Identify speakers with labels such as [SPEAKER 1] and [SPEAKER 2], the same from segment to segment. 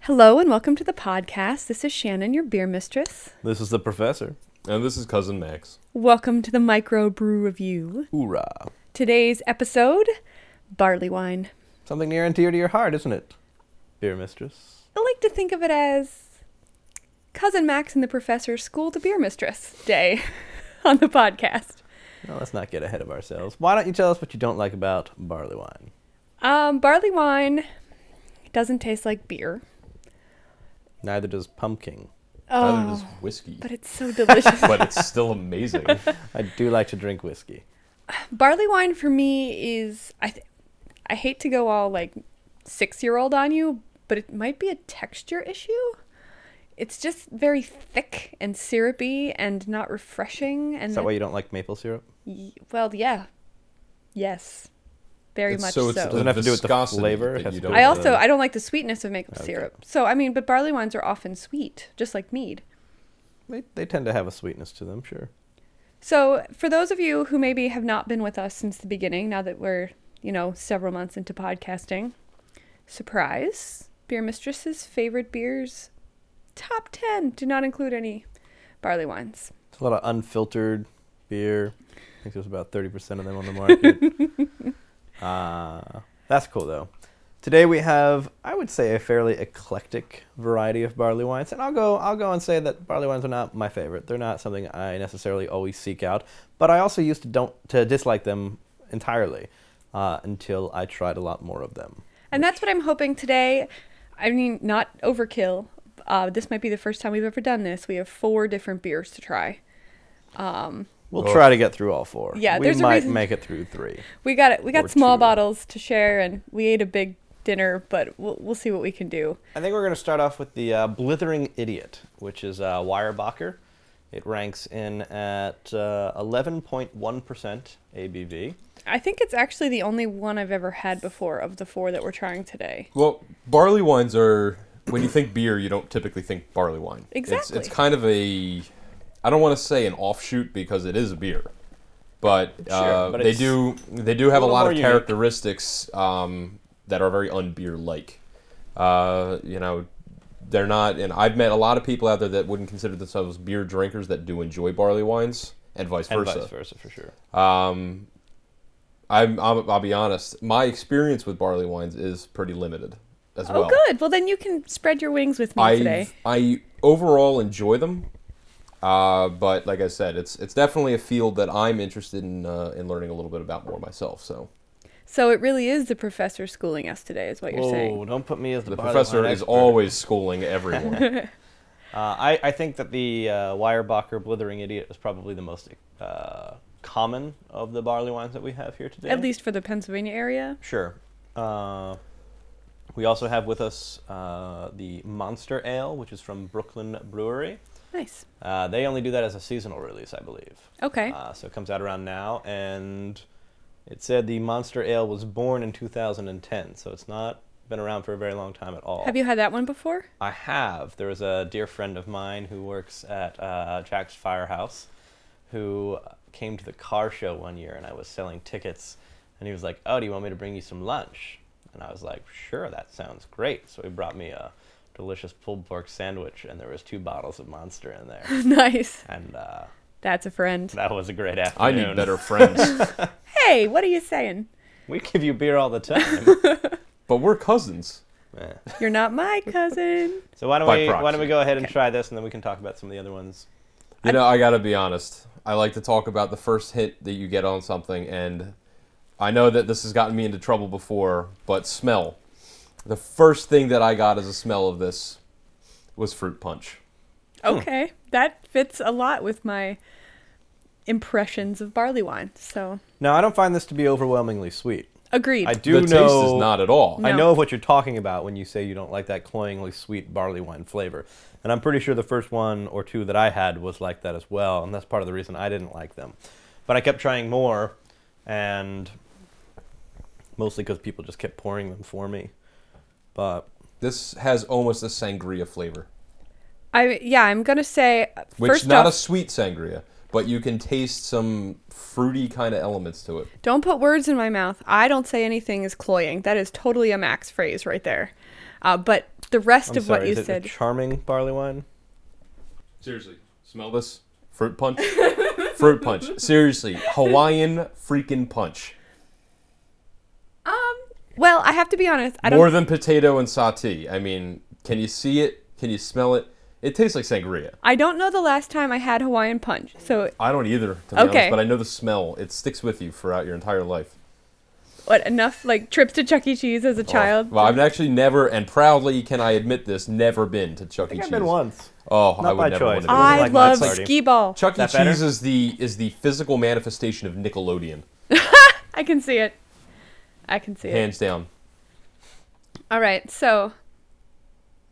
[SPEAKER 1] Hello and welcome to the podcast. This is Shannon, your beer mistress.
[SPEAKER 2] This is the professor.
[SPEAKER 3] And this is Cousin Max.
[SPEAKER 1] Welcome to the Micro Brew Review.
[SPEAKER 2] Hoorah.
[SPEAKER 1] Today's episode barley wine.
[SPEAKER 2] Something near and dear to your heart, isn't it? Dear mistress.
[SPEAKER 1] I like to think of it as Cousin Max and the Professor's School to Beer Mistress Day on the podcast.
[SPEAKER 2] Now, let's not get ahead of ourselves. Why don't you tell us what you don't like about barley wine?
[SPEAKER 1] Um, barley wine doesn't taste like beer.
[SPEAKER 2] Neither does pumpkin.
[SPEAKER 3] Neither does
[SPEAKER 2] Oh.
[SPEAKER 3] whiskey.
[SPEAKER 1] Oh, But it's so delicious.
[SPEAKER 3] But it's still amazing.
[SPEAKER 2] I do like to drink whiskey.
[SPEAKER 1] barley wine for me is I th- I hate to go all like 6-year-old on you, but it might be a texture issue. It's just very thick and syrupy and not refreshing and
[SPEAKER 2] Is that why you don't like maple syrup?
[SPEAKER 1] y- well, yeah. Yes. Very
[SPEAKER 3] It's-
[SPEAKER 1] much
[SPEAKER 3] so
[SPEAKER 1] so.
[SPEAKER 3] it's
[SPEAKER 2] Doesn't have to do with the
[SPEAKER 3] viscosity
[SPEAKER 2] flavor.
[SPEAKER 3] that
[SPEAKER 2] It has
[SPEAKER 3] you
[SPEAKER 2] to do
[SPEAKER 3] don't
[SPEAKER 1] I
[SPEAKER 2] with
[SPEAKER 1] also
[SPEAKER 2] the-
[SPEAKER 1] I don't like the sweetness of maple
[SPEAKER 2] Okay.
[SPEAKER 1] syrup. So I mean, but barley wines are often sweet, just like mead.
[SPEAKER 2] They, they tend to have a sweetness to them, sure.
[SPEAKER 1] So, for those of you who maybe have not been with us since the beginning, now that we're, you know, several months into podcasting, surprise, Beer Mistress's favorite beers top 10 do not include any barley wines.
[SPEAKER 2] It's a lot of unfiltered beer. I think there's about 30% of them on the market. uh, that's cool, though. Today we have, I would say, a fairly eclectic variety of barley wines, and I'll go, I'll go and say that barley wines are not my favorite. They're not something I necessarily always seek out, but I also used to don't to dislike them entirely uh, until I tried a lot more of them.
[SPEAKER 1] And that's what I'm hoping today. I mean, not overkill. Uh, this might be the first time we've ever done this. We have four different beers to try.
[SPEAKER 2] We'll
[SPEAKER 3] Well-
[SPEAKER 2] try to get through all four.
[SPEAKER 1] Yeah,
[SPEAKER 2] we
[SPEAKER 1] there's a
[SPEAKER 2] might
[SPEAKER 1] reason-
[SPEAKER 2] make it through three.
[SPEAKER 1] We got it. We got
[SPEAKER 2] Or
[SPEAKER 1] small
[SPEAKER 2] two.
[SPEAKER 1] bottles to share, and we ate a big dinner, but we'll, we'll see what we can do.
[SPEAKER 2] I think we're going to start off with the uh, Blithering Idiot, which is uh, Weyerbacher. It ranks in at uh, 11.1% ABV.
[SPEAKER 1] I think it's actually the only one I've ever had before of the four that we're trying today.
[SPEAKER 3] well, barley wines are when you think beer, you don't typically think barley wine.
[SPEAKER 1] Exactly.
[SPEAKER 3] It's, it's kind of a I don't want to say an offshoot because it is a beer. But, uh,
[SPEAKER 2] Sure, but
[SPEAKER 3] they
[SPEAKER 2] it's
[SPEAKER 3] do they do have a,
[SPEAKER 2] little
[SPEAKER 3] lot
[SPEAKER 2] more
[SPEAKER 3] of
[SPEAKER 2] unique.
[SPEAKER 3] characteristics um, that are very unbeer like. Uh, you know, they're not, and I've met a lot of people out there that wouldn't consider themselves beer drinkers that do enjoy barley wines, and vice
[SPEAKER 2] And
[SPEAKER 3] versa.
[SPEAKER 2] vice versa, for sure.
[SPEAKER 3] Um, I'm, I'm, I'll be honest. My experience with barley wines is pretty limited, as
[SPEAKER 1] Oh,
[SPEAKER 3] well.
[SPEAKER 1] good. Well, then you can spread your wings with me
[SPEAKER 3] I
[SPEAKER 1] today.
[SPEAKER 3] I overall enjoy them, uh, but like I said, it's it's definitely a field that I'm interested in uh, in learning a little bit about more myself. So
[SPEAKER 1] So it really is the professor schooling us today, is what you're
[SPEAKER 2] Whoa,
[SPEAKER 1] saying.
[SPEAKER 2] Oh, don't put me as the,
[SPEAKER 3] the
[SPEAKER 2] barley
[SPEAKER 3] professor
[SPEAKER 2] wine
[SPEAKER 3] is
[SPEAKER 2] expert.
[SPEAKER 3] always schooling everyone.
[SPEAKER 2] Uh, I, I think that the uh, Weyerbacher Blithering Idiot is probably the most uh, common of the barley wines that we have here today.
[SPEAKER 1] At least for the Pennsylvania area.
[SPEAKER 2] Sure. Uh, we also have with us uh, the Monster Ale, which is from Brooklyn Brewery.
[SPEAKER 1] Nice.
[SPEAKER 2] Uh, they only do that as a seasonal release, I believe.
[SPEAKER 1] Okay.
[SPEAKER 2] Uh, so it comes out around now, and it said the Monster Ale was born in 2010, so it's not been around for a very long time at all.
[SPEAKER 1] Have you had that one before?
[SPEAKER 2] I have. There was a dear friend of mine who works at uh, Jack's Firehouse who came to the car show one year, and I was selling tickets, and he was like, "Oh, do you want me to bring you some lunch?" And I was like, "Sure, that sounds great." So he brought me a delicious pulled pork sandwich, and there was two bottles of Monster in there,
[SPEAKER 1] nice.
[SPEAKER 2] and. Uh,
[SPEAKER 1] That's a friend.
[SPEAKER 2] that was a great
[SPEAKER 3] I
[SPEAKER 2] afternoon.
[SPEAKER 3] need better friends,
[SPEAKER 1] Hey, what are you saying?
[SPEAKER 2] We give you beer all the time.
[SPEAKER 3] but we're cousins.
[SPEAKER 2] Eh.
[SPEAKER 1] You're not my cousin.
[SPEAKER 2] so why don't
[SPEAKER 3] By
[SPEAKER 2] we why don't
[SPEAKER 3] proxy.
[SPEAKER 2] we go ahead and try this, and then we can talk about some of the other ones.
[SPEAKER 3] You know, I gotta be honest. I like to talk about the first hit that you get on something, and I know that this has gotten me into trouble before, but smell. The first thing that I got as a smell of this was fruit punch. Hmm.
[SPEAKER 1] Okay. That fits a lot with my impressions of barley wine. So,
[SPEAKER 2] Now, I don't find this to be overwhelmingly sweet.
[SPEAKER 1] agreed.
[SPEAKER 2] I do
[SPEAKER 3] the
[SPEAKER 2] know Mm.
[SPEAKER 3] taste is not at all.
[SPEAKER 2] I
[SPEAKER 1] No.
[SPEAKER 2] know what you're talking about when you say you don't like that cloyingly sweet barley wine flavor, and I'm pretty sure the first one or two that I had was like that as well, and that's part of the reason I didn't like them. But I kept trying more, and mostly because people just kept pouring them for me. But
[SPEAKER 3] This has almost a sangria flavor,
[SPEAKER 1] I yeah, I'm going to say uh,
[SPEAKER 3] which
[SPEAKER 1] first
[SPEAKER 3] not
[SPEAKER 1] off,
[SPEAKER 3] a sweet sangria, but you can taste some fruity kind of elements to it.
[SPEAKER 1] Don't put words in my mouth. I don't say anything is cloying. That is totally a Max phrase right there. Uh, but the rest
[SPEAKER 2] I'm
[SPEAKER 1] of
[SPEAKER 2] sorry,
[SPEAKER 1] what you
[SPEAKER 2] is it
[SPEAKER 1] said,
[SPEAKER 2] a charming barley wine?
[SPEAKER 3] Seriously, smell this fruit punch. fruit punch. Seriously, Hawaiian freaking punch.
[SPEAKER 1] well, I have to be honest. I don't.
[SPEAKER 3] More than potato and satay. I mean, can you see it? Can you smell it? It tastes like sangria.
[SPEAKER 1] I don't know the last time I had Hawaiian punch. So
[SPEAKER 3] I don't either, to be
[SPEAKER 1] Okay.
[SPEAKER 3] honest, but I know the smell. It sticks with you throughout your entire life.
[SPEAKER 1] what enough like trips to Chuck E. Cheese as a child?
[SPEAKER 3] Well, I've actually never, and proudly can I admit this, never been to Chuck
[SPEAKER 2] I
[SPEAKER 3] E.
[SPEAKER 2] think
[SPEAKER 3] Cheese.
[SPEAKER 2] I've been once.
[SPEAKER 3] Oh, I
[SPEAKER 2] Not
[SPEAKER 3] would
[SPEAKER 2] by choice.
[SPEAKER 3] never want to. do it.
[SPEAKER 2] I
[SPEAKER 1] I
[SPEAKER 2] like my
[SPEAKER 1] love
[SPEAKER 2] party.
[SPEAKER 1] skee ball.
[SPEAKER 3] Chuck E.
[SPEAKER 2] That better?
[SPEAKER 3] Cheese is the is the physical manifestation of Nickelodeon,
[SPEAKER 1] I can see it. I can see it.
[SPEAKER 3] hands down.
[SPEAKER 1] All right, so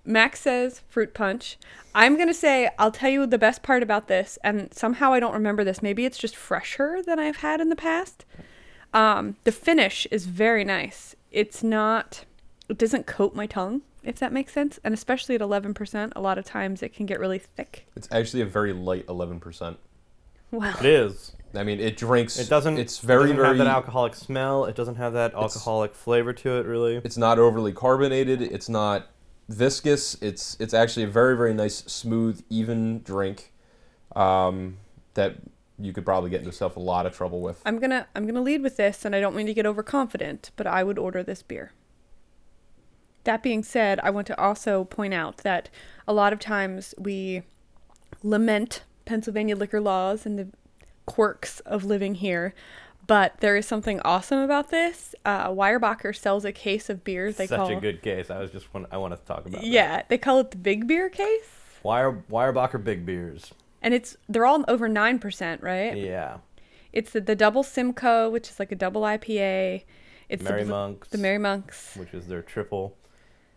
[SPEAKER 1] Max says fruit punch. I'm going to say I'll tell you the best part about this, and somehow I don't remember this. Maybe it's just fresher than I've had in the past. Um, the finish is very nice. It's not, it doesn't coat my tongue, if that makes sense. And especially at 11%, a lot of times it can get really thick.
[SPEAKER 3] It's actually a very light 11%.
[SPEAKER 1] Wow.
[SPEAKER 2] It is.
[SPEAKER 3] I mean, it drinks.
[SPEAKER 2] It doesn't.
[SPEAKER 3] It's
[SPEAKER 2] it
[SPEAKER 3] very
[SPEAKER 2] doesn't
[SPEAKER 3] very.
[SPEAKER 2] have that alcoholic smell. It doesn't have that alcoholic flavor to it, really.
[SPEAKER 3] It's not overly carbonated. It's not viscous. It's it's actually a very very nice smooth even drink, um, that you could probably get yourself a lot of trouble with.
[SPEAKER 1] I'm going to I'm going to lead with this and I don't mean to get overconfident, but I would order this beer. That being said, I want to also point out that a lot of times we lament Pennsylvania liquor laws and the quirks of living here, but there is something awesome about this. Uh, Weyerbacher sells a case of beers they
[SPEAKER 2] Such
[SPEAKER 1] call
[SPEAKER 2] a good case. I was just want, I wanted to talk about. that.
[SPEAKER 1] yeah, they call it the big beer case,
[SPEAKER 2] Wire Weyerbacher big beers.
[SPEAKER 1] and it's they're all over nine percent, right?
[SPEAKER 2] Yeah.
[SPEAKER 1] It's the, the double Simcoe, which is like a double IPA. It's
[SPEAKER 2] Merry
[SPEAKER 1] the, bl-
[SPEAKER 2] Monks.
[SPEAKER 1] The Merry Monks.
[SPEAKER 2] which is their triple,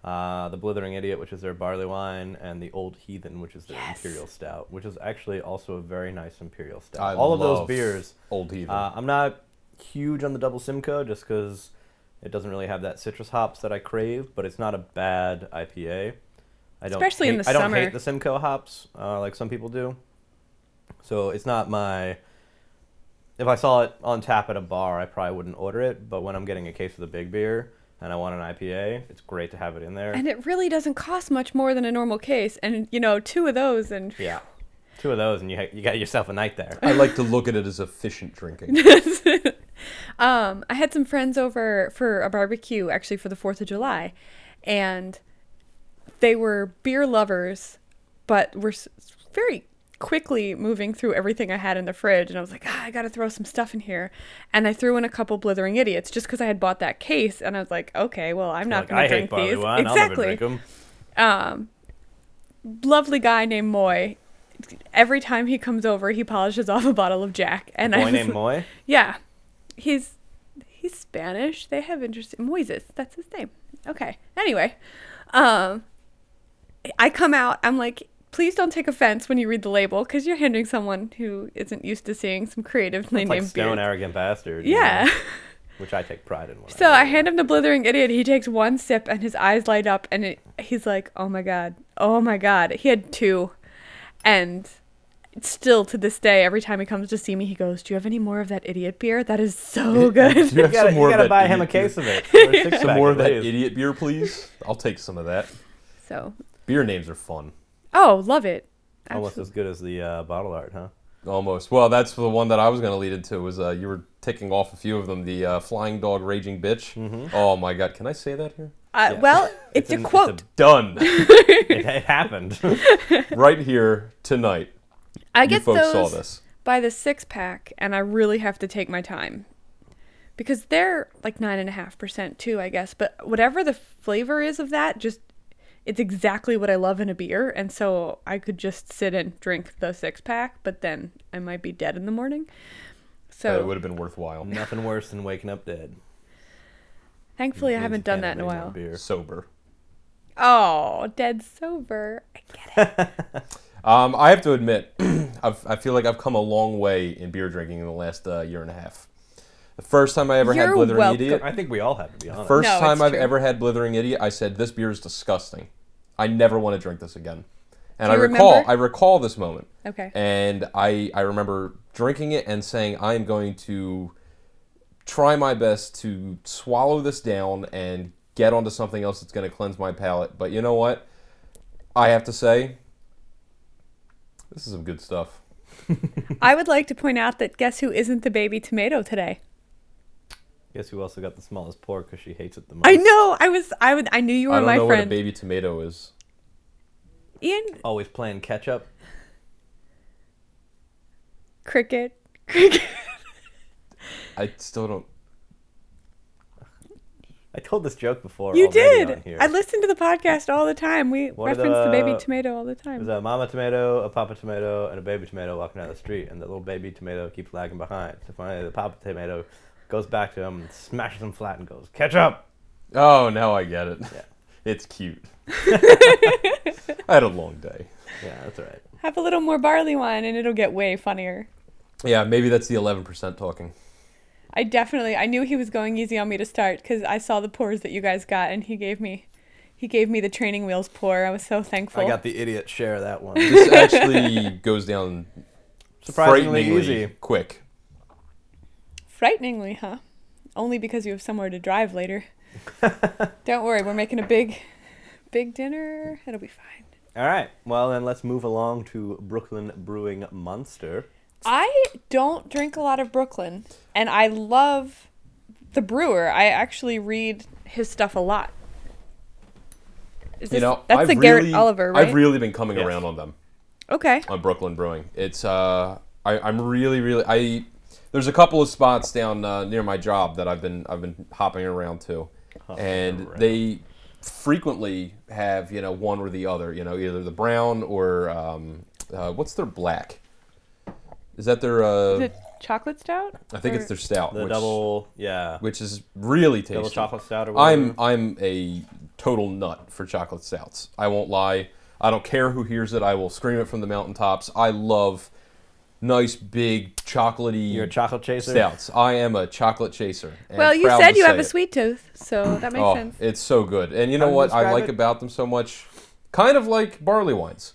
[SPEAKER 2] uh, the Blithering Idiot, which is their barley wine, and the Old Heathen, which is their
[SPEAKER 1] Yes.
[SPEAKER 2] imperial stout, which is actually also a very nice imperial stout.
[SPEAKER 3] I
[SPEAKER 2] All of
[SPEAKER 3] love
[SPEAKER 2] those beers.
[SPEAKER 3] Old Heathen.
[SPEAKER 2] Uh, I'm not huge on the double Simcoe just because it doesn't really have that citrus hops that I crave, but it's not a bad IPA. I don't
[SPEAKER 1] Especially in
[SPEAKER 2] hate-
[SPEAKER 1] the
[SPEAKER 2] I don't
[SPEAKER 1] summer.
[SPEAKER 2] hate the Simcoe hops uh, like some people do. So it's not my. If I saw it on tap at a bar, I probably wouldn't order it. But when I'm getting a case of the big beer and I want an IPA, it's great to have it in there.
[SPEAKER 1] And it really doesn't cost much more than a normal case. And, you know, two of those and
[SPEAKER 2] yeah, two of those, and you ha- you got yourself a night there.
[SPEAKER 3] I like to look at it as efficient drinking.
[SPEAKER 1] um, I had some friends over for a barbecue, actually, for the 4th of July. And they were beer lovers, but were s- very quickly moving through everything I had in the fridge. And I was like, ah, I got to throw some stuff in here. And I threw in a couple blithering idiots just because I had bought that case. And I was like, okay, well, I'm not
[SPEAKER 2] Like,
[SPEAKER 1] going to
[SPEAKER 2] I hate
[SPEAKER 1] drink
[SPEAKER 2] barley
[SPEAKER 1] these.
[SPEAKER 2] wine. I'll never drink 'em.
[SPEAKER 1] um, lovely guy named Moy. Every time he comes over, he polishes off a bottle of Jack. And I
[SPEAKER 2] Boy
[SPEAKER 1] was-
[SPEAKER 2] named Moy.
[SPEAKER 1] Yeah, he's he's Spanish. They have interesting Moises. That's his name. Okay. Anyway, um, I come out. I'm like, please don't take offense when you read the label because you're hindering someone who isn't used to seeing some creatively
[SPEAKER 2] It's like
[SPEAKER 1] named
[SPEAKER 2] stone
[SPEAKER 1] beer.
[SPEAKER 2] arrogant bastard. you know,
[SPEAKER 1] Yeah.
[SPEAKER 2] which I take pride in. When
[SPEAKER 1] So
[SPEAKER 2] do
[SPEAKER 1] I
[SPEAKER 2] that.
[SPEAKER 1] hand him the blithering idiot. He takes one sip and his eyes light up, and it, he's like, "Oh my god, oh my god." He had two, and still to this day, every time he comes to see me, he goes, "Do you have any more of that idiot beer? That is so good."
[SPEAKER 3] You
[SPEAKER 2] You
[SPEAKER 3] have
[SPEAKER 2] gotta,
[SPEAKER 3] some more
[SPEAKER 2] you
[SPEAKER 3] of
[SPEAKER 2] gotta
[SPEAKER 3] that
[SPEAKER 2] buy him a
[SPEAKER 3] idiot beer.
[SPEAKER 2] case of it. or a six
[SPEAKER 3] Some
[SPEAKER 2] pack
[SPEAKER 3] more
[SPEAKER 2] at
[SPEAKER 3] of that
[SPEAKER 2] least.
[SPEAKER 3] idiot beer, please. I'll take some of that.
[SPEAKER 1] so,
[SPEAKER 3] Beer names are fun.
[SPEAKER 1] oh, love it.
[SPEAKER 2] Almost
[SPEAKER 1] Absolutely.
[SPEAKER 2] as good as the uh, bottle art, huh?
[SPEAKER 3] Almost. Well, that's the one that I was going to lead into. Was uh, you were ticking off a few of them. The uh, flying dog, raging bitch.
[SPEAKER 2] Mm-hmm.
[SPEAKER 3] Oh my god, can I say that here?
[SPEAKER 1] Uh,
[SPEAKER 2] yeah.
[SPEAKER 1] Well, it's,
[SPEAKER 2] an-
[SPEAKER 1] a
[SPEAKER 2] it's a-
[SPEAKER 1] quote.
[SPEAKER 3] Done.
[SPEAKER 2] It, it happened.
[SPEAKER 3] right here tonight.
[SPEAKER 1] I
[SPEAKER 3] you
[SPEAKER 1] get
[SPEAKER 3] folks
[SPEAKER 1] those
[SPEAKER 3] saw this.
[SPEAKER 1] by the six pack, and I really have to take my time because they're like nine and a half percent too, I guess. But whatever the flavor is of that, just it's exactly what I love in a beer, and so I could just sit and drink the six pack, but then I might be dead in the morning.
[SPEAKER 3] But it
[SPEAKER 1] So
[SPEAKER 3] would have been worthwhile.
[SPEAKER 2] Nothing worse than waking up dead.
[SPEAKER 1] thankfully, I
[SPEAKER 2] Means you
[SPEAKER 1] haven't done
[SPEAKER 2] can't
[SPEAKER 1] that in a
[SPEAKER 2] have any more
[SPEAKER 1] while.
[SPEAKER 2] Beer.
[SPEAKER 3] Sober.
[SPEAKER 1] Oh, dead sober. I get it.
[SPEAKER 3] Um, I have to admit, I've, I feel like I've come a long way in beer drinking in the last uh, year and a half. The first time I ever
[SPEAKER 1] You're
[SPEAKER 3] had Blithering
[SPEAKER 1] welcome.
[SPEAKER 3] Idiot,
[SPEAKER 2] I think we all have to be honest.
[SPEAKER 3] first
[SPEAKER 1] No,
[SPEAKER 3] time
[SPEAKER 1] it's
[SPEAKER 3] I've
[SPEAKER 1] true.
[SPEAKER 3] ever had Blithering Idiot, I said this beer is disgusting. I never want to drink this again. And
[SPEAKER 1] Do
[SPEAKER 3] I
[SPEAKER 1] you
[SPEAKER 3] recall,
[SPEAKER 1] remember?
[SPEAKER 3] I recall this moment,
[SPEAKER 1] Okay.
[SPEAKER 3] and I I remember drinking it and saying I am going to try my best to swallow this down and get onto something else that's going to cleanse my palate. But you know what? I have to say, this is some good stuff.
[SPEAKER 1] I would like to point out that guess who isn't the baby tomato today?
[SPEAKER 2] Guess who also got the smallest pour because she hates it the most.
[SPEAKER 1] I know. I was. I would. I knew you were
[SPEAKER 3] I don't
[SPEAKER 1] my
[SPEAKER 3] know what a
[SPEAKER 1] friend.
[SPEAKER 3] baby tomato is.
[SPEAKER 1] Ian
[SPEAKER 2] Always playing catch up.
[SPEAKER 1] cricket. Cricket.
[SPEAKER 3] I still don't.
[SPEAKER 2] I told this joke before.
[SPEAKER 1] You
[SPEAKER 2] already on
[SPEAKER 1] did.
[SPEAKER 2] here.
[SPEAKER 1] I listen to the podcast all the time. We
[SPEAKER 2] What are
[SPEAKER 1] reference the, baby
[SPEAKER 2] the-
[SPEAKER 1] tomato all the time.
[SPEAKER 2] There's a mama tomato, a papa tomato, and a baby tomato walking down the street, and the little baby tomato keeps lagging behind. So finally, the papa tomato goes back to him, smashes him flat, and goes, "Catch up!"
[SPEAKER 3] Oh, now I get it.
[SPEAKER 2] Yeah.
[SPEAKER 3] It's cute. I had a long day.
[SPEAKER 2] Yeah, that's all right.
[SPEAKER 1] Have a little more barley wine, and it'll get way funnier.
[SPEAKER 3] Yeah, maybe that's the 11% talking.
[SPEAKER 1] I definitely. I knew he was going easy on me to start because I saw the pours that you guys got, and he gave me, he gave me the training wheels pour. I was so thankful.
[SPEAKER 2] I got the idiot share of that one.
[SPEAKER 3] This actually goes down
[SPEAKER 2] Surprisingly
[SPEAKER 3] frighteningly
[SPEAKER 2] easy.
[SPEAKER 3] quick.
[SPEAKER 1] Frighteningly, huh? Only because you have somewhere to drive later. Don't worry, we're making a big, big dinner. It'll be fine.
[SPEAKER 2] All right. Well, then let's move along to Brooklyn Brewing Monster.
[SPEAKER 1] I don't drink a lot of Brooklyn, and I love the brewer. I actually read his stuff a lot. Is
[SPEAKER 3] You
[SPEAKER 1] this-
[SPEAKER 3] know,
[SPEAKER 1] that's
[SPEAKER 3] I've
[SPEAKER 1] the Garrett
[SPEAKER 3] really-
[SPEAKER 1] Oliver, right?
[SPEAKER 3] I've really been coming
[SPEAKER 2] Yes.
[SPEAKER 3] around on them.
[SPEAKER 1] okay.
[SPEAKER 3] on Brooklyn Brewing. It's uh, I, I'm really, really I. There's a couple of spots down uh, near my job that I've been I've been hopping around to, and
[SPEAKER 2] around.
[SPEAKER 3] they frequently have you know one or the other. You know either the brown or um, uh, what's their black. Is that their?
[SPEAKER 1] Is
[SPEAKER 3] Uh,
[SPEAKER 1] it chocolate stout?
[SPEAKER 3] I think it's their stout,
[SPEAKER 2] The
[SPEAKER 3] which,
[SPEAKER 2] double, yeah,
[SPEAKER 3] which is really tasty.
[SPEAKER 2] double chocolate stout or whatever.
[SPEAKER 3] I'm I'm a total nut for chocolate stouts. I won't lie. I don't care who hears it. I will scream it from the mountaintops. I love nice big chocolatey
[SPEAKER 2] You're a chocolate chaser.
[SPEAKER 3] stouts. I am a chocolate chaser. and
[SPEAKER 1] Well, you
[SPEAKER 3] proud
[SPEAKER 1] said
[SPEAKER 3] to
[SPEAKER 1] you have
[SPEAKER 3] say
[SPEAKER 1] a
[SPEAKER 3] it.
[SPEAKER 1] sweet tooth, so that makes
[SPEAKER 3] Oh,
[SPEAKER 1] sense.
[SPEAKER 3] it's so good. And you know
[SPEAKER 2] How do you
[SPEAKER 3] what I
[SPEAKER 2] describe
[SPEAKER 3] like
[SPEAKER 2] it?
[SPEAKER 3] about them so much? Kind of like barley wines,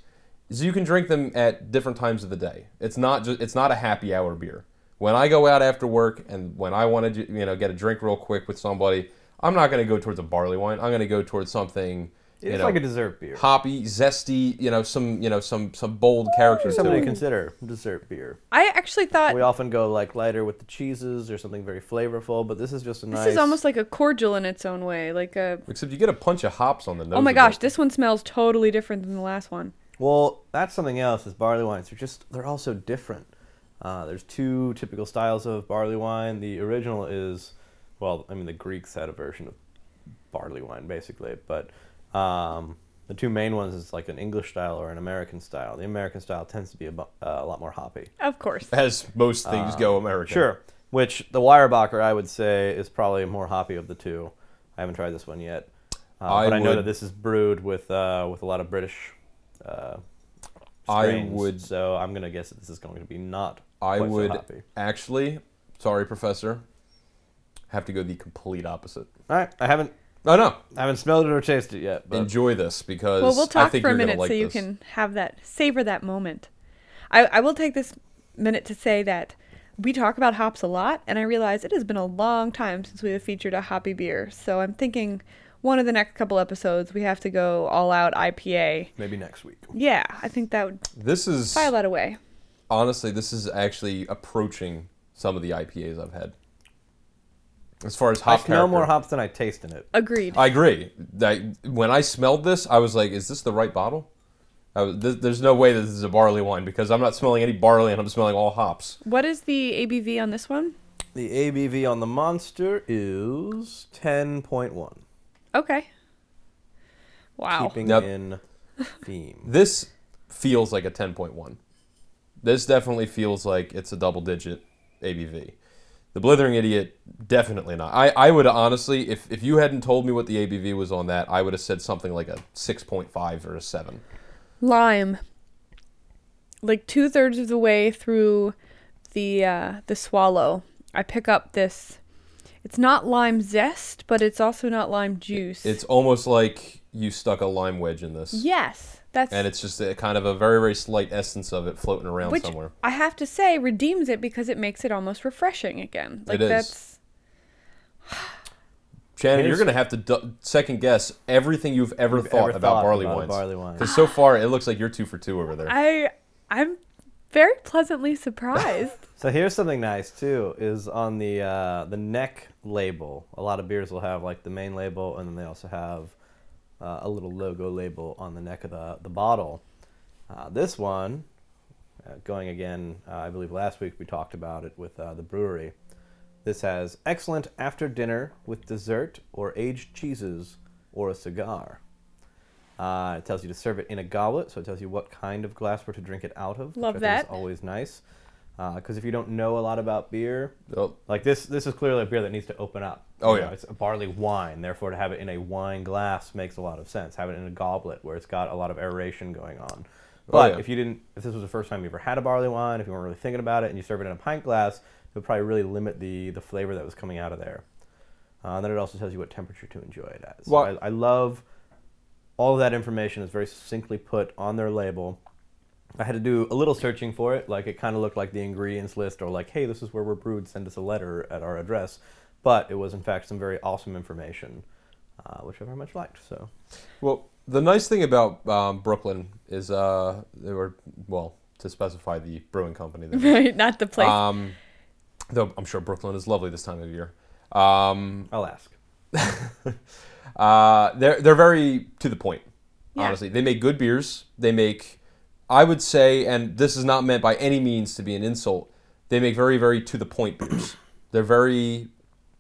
[SPEAKER 3] is you can drink them at different times of the day. It's not just it's not a happy hour beer. When I go out after work and when I want to you know get a drink real quick with somebody, I'm not going to go towards a barley wine. I'm going to go towards something you
[SPEAKER 2] It's
[SPEAKER 3] know
[SPEAKER 2] like a dessert beer.
[SPEAKER 3] hoppy, zesty. You know some you know some some bold character to
[SPEAKER 2] Something to
[SPEAKER 3] it.
[SPEAKER 2] consider. Dessert beer.
[SPEAKER 1] I actually thought
[SPEAKER 2] We often go like lighter with the cheeses or something very flavorful, but this is just a
[SPEAKER 1] this
[SPEAKER 2] nice.
[SPEAKER 1] is almost like a cordial in its own way. Like a
[SPEAKER 3] Except you get a punch of hops on the nose.
[SPEAKER 1] oh my
[SPEAKER 3] of
[SPEAKER 1] gosh,
[SPEAKER 3] it.
[SPEAKER 1] this one smells totally different than the last one.
[SPEAKER 2] Well, that's something else. Is barley wines? They're just they're all so different. Uh, there's two typical styles of barley wine. The original is, well, I mean the Greeks had a version of barley wine basically, but um, the two main ones is like an English style or an American style. The American style tends to be a, bu- uh, a lot more hoppy.
[SPEAKER 1] Of course.
[SPEAKER 3] as most things go American.
[SPEAKER 2] Uh, Sure. Which the Weyerbacher I would say is probably more hoppy of the two. I haven't tried this one yet, uh,
[SPEAKER 3] I
[SPEAKER 2] but I know
[SPEAKER 3] would-
[SPEAKER 2] that this is brewed with uh, with a lot of British. Uh,
[SPEAKER 3] I
[SPEAKER 2] strains,
[SPEAKER 3] would-
[SPEAKER 2] So I'm gonna guess that this is going to be not.
[SPEAKER 3] I
[SPEAKER 2] quite so
[SPEAKER 3] would
[SPEAKER 2] hoppy.
[SPEAKER 3] actually, sorry, Professor, have to go the complete opposite.
[SPEAKER 2] All right. I haven't
[SPEAKER 3] No, no.
[SPEAKER 2] I haven't smelled it or tasted it yet, but
[SPEAKER 3] Enjoy this because
[SPEAKER 1] Well, we'll
[SPEAKER 3] I
[SPEAKER 1] talk
[SPEAKER 3] think
[SPEAKER 1] for a
[SPEAKER 3] you're gonna
[SPEAKER 1] minute
[SPEAKER 3] like
[SPEAKER 1] so you
[SPEAKER 3] this.
[SPEAKER 1] can have that savor that moment. I, I will take this minute to say that we talk about hops a lot, and I realize it has been a long time since we have featured a hoppy beer. So I'm thinking one of the next couple episodes we have to go all out IPA.
[SPEAKER 2] maybe next week.
[SPEAKER 1] Yeah, I think that would
[SPEAKER 3] This is
[SPEAKER 1] file that away.
[SPEAKER 3] honestly, this is actually approaching some of the IPAs I've had. As far as
[SPEAKER 2] I
[SPEAKER 3] hop
[SPEAKER 2] smell
[SPEAKER 3] character.
[SPEAKER 2] more hops than I taste in it.
[SPEAKER 1] Agreed.
[SPEAKER 3] I agree. That when I smelled this, I was like, "Is this the right bottle?" I was, th- there's no way that this is a barley wine because I'm not smelling any barley and I'm smelling all hops.
[SPEAKER 1] What is the ABV on this one?
[SPEAKER 2] The ABV on the monster is 10.1,
[SPEAKER 1] Okay. Wow.
[SPEAKER 2] keeping
[SPEAKER 3] Now-
[SPEAKER 2] in theme.
[SPEAKER 3] This feels like a 10.1. This definitely feels like it's a double digit ABV. The Blithering Idiot, definitely not. I, I would honestly, if, if you hadn't told me what the ABV was on that, I would have said something like a 6.5 or a 7.
[SPEAKER 1] lime like two thirds of the way through the uh, the swallow i pick up this it's not lime zest but it's also not lime juice
[SPEAKER 3] It's almost like you stuck a lime wedge in this.
[SPEAKER 1] yes that's
[SPEAKER 3] And it's just a kind of a very, very slight essence of it floating around
[SPEAKER 1] which
[SPEAKER 3] somewhere.
[SPEAKER 1] i have to say redeems it because it makes it almost refreshing again like
[SPEAKER 3] It is.
[SPEAKER 1] that's
[SPEAKER 3] Shannon,
[SPEAKER 2] Here's-
[SPEAKER 3] you're going to have to du- second guess everything you've ever
[SPEAKER 2] You've
[SPEAKER 3] thought
[SPEAKER 2] ever
[SPEAKER 3] about
[SPEAKER 2] thought
[SPEAKER 3] barley
[SPEAKER 2] about
[SPEAKER 3] wines.
[SPEAKER 2] barley wine.
[SPEAKER 3] Because so far, it looks like you're two for two over there.
[SPEAKER 1] I I'm very pleasantly surprised.
[SPEAKER 2] So here's something nice too is on the uh, the neck label. A lot of beers will have like the main label, and then they also have uh, a little logo label on the neck of the the bottle. Uh, this one, uh, going again, uh, I believe last week we talked about it with uh, the brewery. This has excellent after dinner with dessert or aged cheeses or a cigar. Uh, it tells you to serve it in a goblet, so it tells you what kind of glassware to drink it out of. which
[SPEAKER 1] Love
[SPEAKER 2] I think is
[SPEAKER 1] that.
[SPEAKER 2] always nice. Because if you don't know a lot about beer,
[SPEAKER 3] Oh,
[SPEAKER 2] like this, this is clearly a beer that needs to open up.
[SPEAKER 3] Oh,
[SPEAKER 2] You know,
[SPEAKER 3] yeah.
[SPEAKER 2] it's a barley wine. Therefore, to have it in a wine glass makes a lot of sense. Have it in a goblet where it's got a lot of aeration going on. But
[SPEAKER 3] Oh, yeah.
[SPEAKER 2] if you didn't, if this was the first time you ever had a barley wine, if you weren't really thinking about it, and you serve it in a pint glass, it would probably really limit the the flavor that was coming out of there. Uh, and then it also tells you what temperature to enjoy it at. So
[SPEAKER 3] Well-
[SPEAKER 2] I, I love all of that information is very succinctly put on their label. I had to do a little searching for it. Like it kind of looked like the ingredients list, or like, hey, this is where we're brewed. Send us a letter at our address. But it was in fact some very awesome information, uh, which I very much liked. So
[SPEAKER 3] Well, the nice thing about um, Brooklyn is uh, they were well to specify the brewing company. That
[SPEAKER 1] right, not the place.
[SPEAKER 3] Um, though I'm sure Brooklyn is lovely this time of year. Um,
[SPEAKER 2] I'll ask.
[SPEAKER 3] uh, they're they're very to the point.
[SPEAKER 1] Yeah.
[SPEAKER 3] Honestly, they make good beers. They make, I would say, and this is not meant by any means to be an insult. They make very very to the point beers. They're very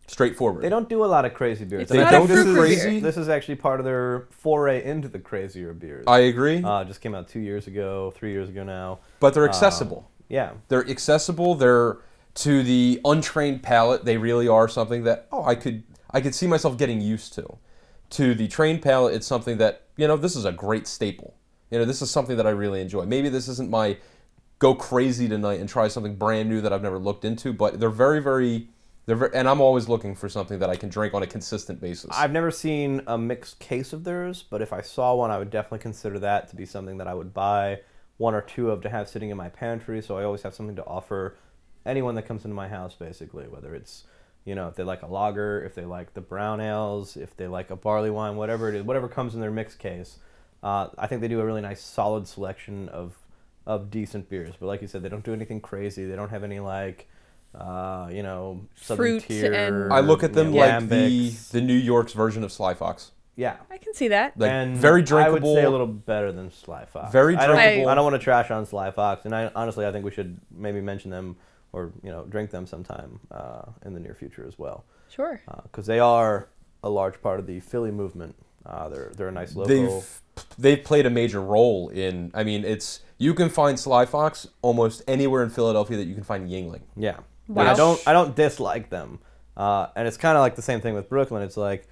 [SPEAKER 3] straightforward.
[SPEAKER 2] They don't do a lot of crazy beers.
[SPEAKER 1] It's
[SPEAKER 2] And I
[SPEAKER 1] not a
[SPEAKER 2] think this
[SPEAKER 1] fruit
[SPEAKER 2] is-
[SPEAKER 1] beer.
[SPEAKER 2] This is actually part of their foray into the crazier beers.
[SPEAKER 3] I agree,
[SPEAKER 2] uh, it just came out two years ago, three years ago now.
[SPEAKER 3] but they're accessible.
[SPEAKER 2] Yeah,
[SPEAKER 3] They're accessible. They're to the untrained palate. They really are something that oh, I could I could see myself getting used to. To the trained palate, it's something that you know this is a great staple. You know this is something that I really enjoy. Maybe this isn't my go crazy tonight and try something brand new that I've never looked into, but they're very very they're very, and I'm always looking for something that I can drink on a consistent basis.
[SPEAKER 2] I've never seen a mixed case of theirs, but if I saw one, I would definitely consider that to be something that I would buy one or two of to have sitting in my pantry. So I always have something to offer anyone that comes into my house, basically, whether it's you know if they like a lager, if they like the brown ales, if they like a barley wine, whatever it is, whatever comes in their mixed case. Uh, I think they do a really nice, solid selection of of decent beers. But like you said, they don't do anything crazy. They don't have any like. Uh, you know, Southern
[SPEAKER 1] Fruit
[SPEAKER 2] Tier,
[SPEAKER 1] and-
[SPEAKER 3] I look at
[SPEAKER 2] you
[SPEAKER 3] them
[SPEAKER 2] know,
[SPEAKER 3] like the
[SPEAKER 2] lambics.
[SPEAKER 3] the New York's version of Sly Fox.
[SPEAKER 2] yeah,
[SPEAKER 1] I can see that.
[SPEAKER 3] Like very drinkable.
[SPEAKER 2] I would say a little better than Sly Fox.
[SPEAKER 3] Very
[SPEAKER 2] I don't-
[SPEAKER 1] drinkable.
[SPEAKER 2] I, don't want to trash on Sly Fox, and I honestly I think we should maybe mention them or you know drink them sometime uh, in the near future as well,
[SPEAKER 1] Sure.
[SPEAKER 2] because they are a large part of the Philly movement. Uh, they're they're a nice local.
[SPEAKER 3] they've they've played a major role in. I mean, it's you can find Sly Fox almost anywhere in Philadelphia that you can find Yingling.
[SPEAKER 2] Yeah.
[SPEAKER 1] Wow.
[SPEAKER 2] And I don't I don't dislike them. Uh, and it's kind of like the same thing with Brooklyn. It's like,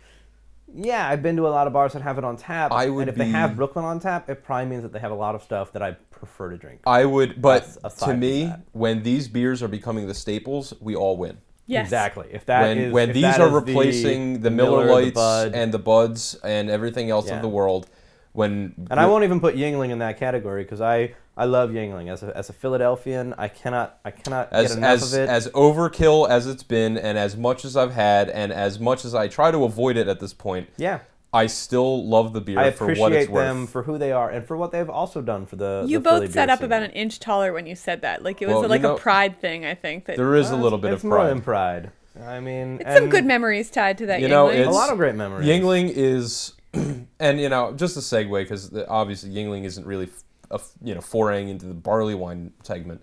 [SPEAKER 2] yeah, I've been to a lot of bars that have it on tap.
[SPEAKER 3] I would
[SPEAKER 2] and if they have
[SPEAKER 3] be-
[SPEAKER 2] Brooklyn on tap, it probably means that they have a lot of stuff that I prefer to drink.
[SPEAKER 3] I would, but
[SPEAKER 2] As- aside
[SPEAKER 3] to
[SPEAKER 2] from
[SPEAKER 3] me,
[SPEAKER 2] that.
[SPEAKER 3] when these beers are becoming the staples, we all win.
[SPEAKER 1] yes.
[SPEAKER 2] Exactly. If that
[SPEAKER 3] when
[SPEAKER 2] is-
[SPEAKER 3] when
[SPEAKER 2] if
[SPEAKER 3] these
[SPEAKER 2] that
[SPEAKER 3] are
[SPEAKER 2] is the
[SPEAKER 3] replacing the, Miller,
[SPEAKER 2] the
[SPEAKER 3] Lights
[SPEAKER 2] Bud,
[SPEAKER 3] and the Buds and everything else
[SPEAKER 2] Yeah.
[SPEAKER 3] of the world, when
[SPEAKER 2] And I won't even put Yingling in that category because I, I love Yingling as a, as a Philadelphian. I cannot I cannot
[SPEAKER 3] as
[SPEAKER 2] get enough
[SPEAKER 3] as,
[SPEAKER 2] of it.
[SPEAKER 3] as overkill as it's been, and as much as I've had, and as much as I try to avoid it at this point,
[SPEAKER 2] yeah,
[SPEAKER 3] I still love the beer
[SPEAKER 2] I
[SPEAKER 3] for what it's
[SPEAKER 2] appreciate
[SPEAKER 3] worth.
[SPEAKER 2] them for who they are and for what they've also done for the.
[SPEAKER 1] You
[SPEAKER 2] the Philly
[SPEAKER 1] both set
[SPEAKER 2] beer
[SPEAKER 1] up
[SPEAKER 2] scene.
[SPEAKER 1] about an inch taller when you said that. Like it was
[SPEAKER 3] Well, you
[SPEAKER 1] like
[SPEAKER 3] know-
[SPEAKER 1] a pride thing, I think. That
[SPEAKER 3] there is a
[SPEAKER 2] Well,
[SPEAKER 3] little bit
[SPEAKER 2] it's
[SPEAKER 3] of
[SPEAKER 2] more
[SPEAKER 3] pride.
[SPEAKER 2] than pride. I mean,
[SPEAKER 1] it's some
[SPEAKER 2] and
[SPEAKER 1] good memories tied to that.
[SPEAKER 3] You know,
[SPEAKER 1] Yingling.
[SPEAKER 2] A
[SPEAKER 3] it's-
[SPEAKER 2] lot of great memories.
[SPEAKER 3] Yingling is, and you know, just a segue because obviously Yingling isn't really, f- a f- you know, foraying into the barley wine segment,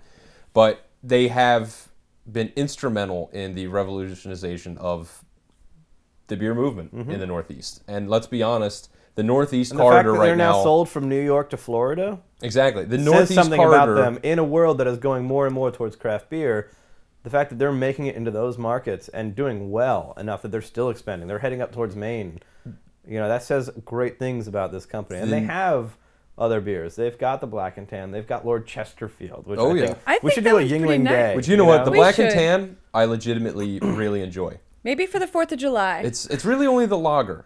[SPEAKER 3] but they have been instrumental in the revolutionization of the beer movement in the Northeast. And let's be honest, the Northeast
[SPEAKER 2] Mm-hmm. And the fact
[SPEAKER 3] corridor
[SPEAKER 2] that
[SPEAKER 3] right
[SPEAKER 2] they're now,
[SPEAKER 3] now,
[SPEAKER 2] sold from New York to Florida
[SPEAKER 3] exactly, the
[SPEAKER 2] says
[SPEAKER 3] Northeast
[SPEAKER 2] something
[SPEAKER 3] corridor.
[SPEAKER 2] about them in a world that is going more and more towards craft beer. The fact that they're making it into those markets and doing well enough that they're still expanding, they're heading up towards Maine. You know that says great things about this company,
[SPEAKER 3] Mm.
[SPEAKER 2] and they have other beers. They've got the Black and Tan, they've got Lord Chesterfield, which
[SPEAKER 3] Oh,
[SPEAKER 2] I
[SPEAKER 3] yeah.
[SPEAKER 2] think,
[SPEAKER 1] I
[SPEAKER 2] we
[SPEAKER 1] think
[SPEAKER 2] should
[SPEAKER 1] that
[SPEAKER 2] do a
[SPEAKER 1] one's pretty
[SPEAKER 2] Yingling
[SPEAKER 1] nice.
[SPEAKER 2] Day.
[SPEAKER 3] But you know what? The
[SPEAKER 1] We
[SPEAKER 3] black and
[SPEAKER 1] should.
[SPEAKER 3] tan, I legitimately really enjoy.
[SPEAKER 1] Maybe for the Fourth of July.
[SPEAKER 3] It's it's really only the lager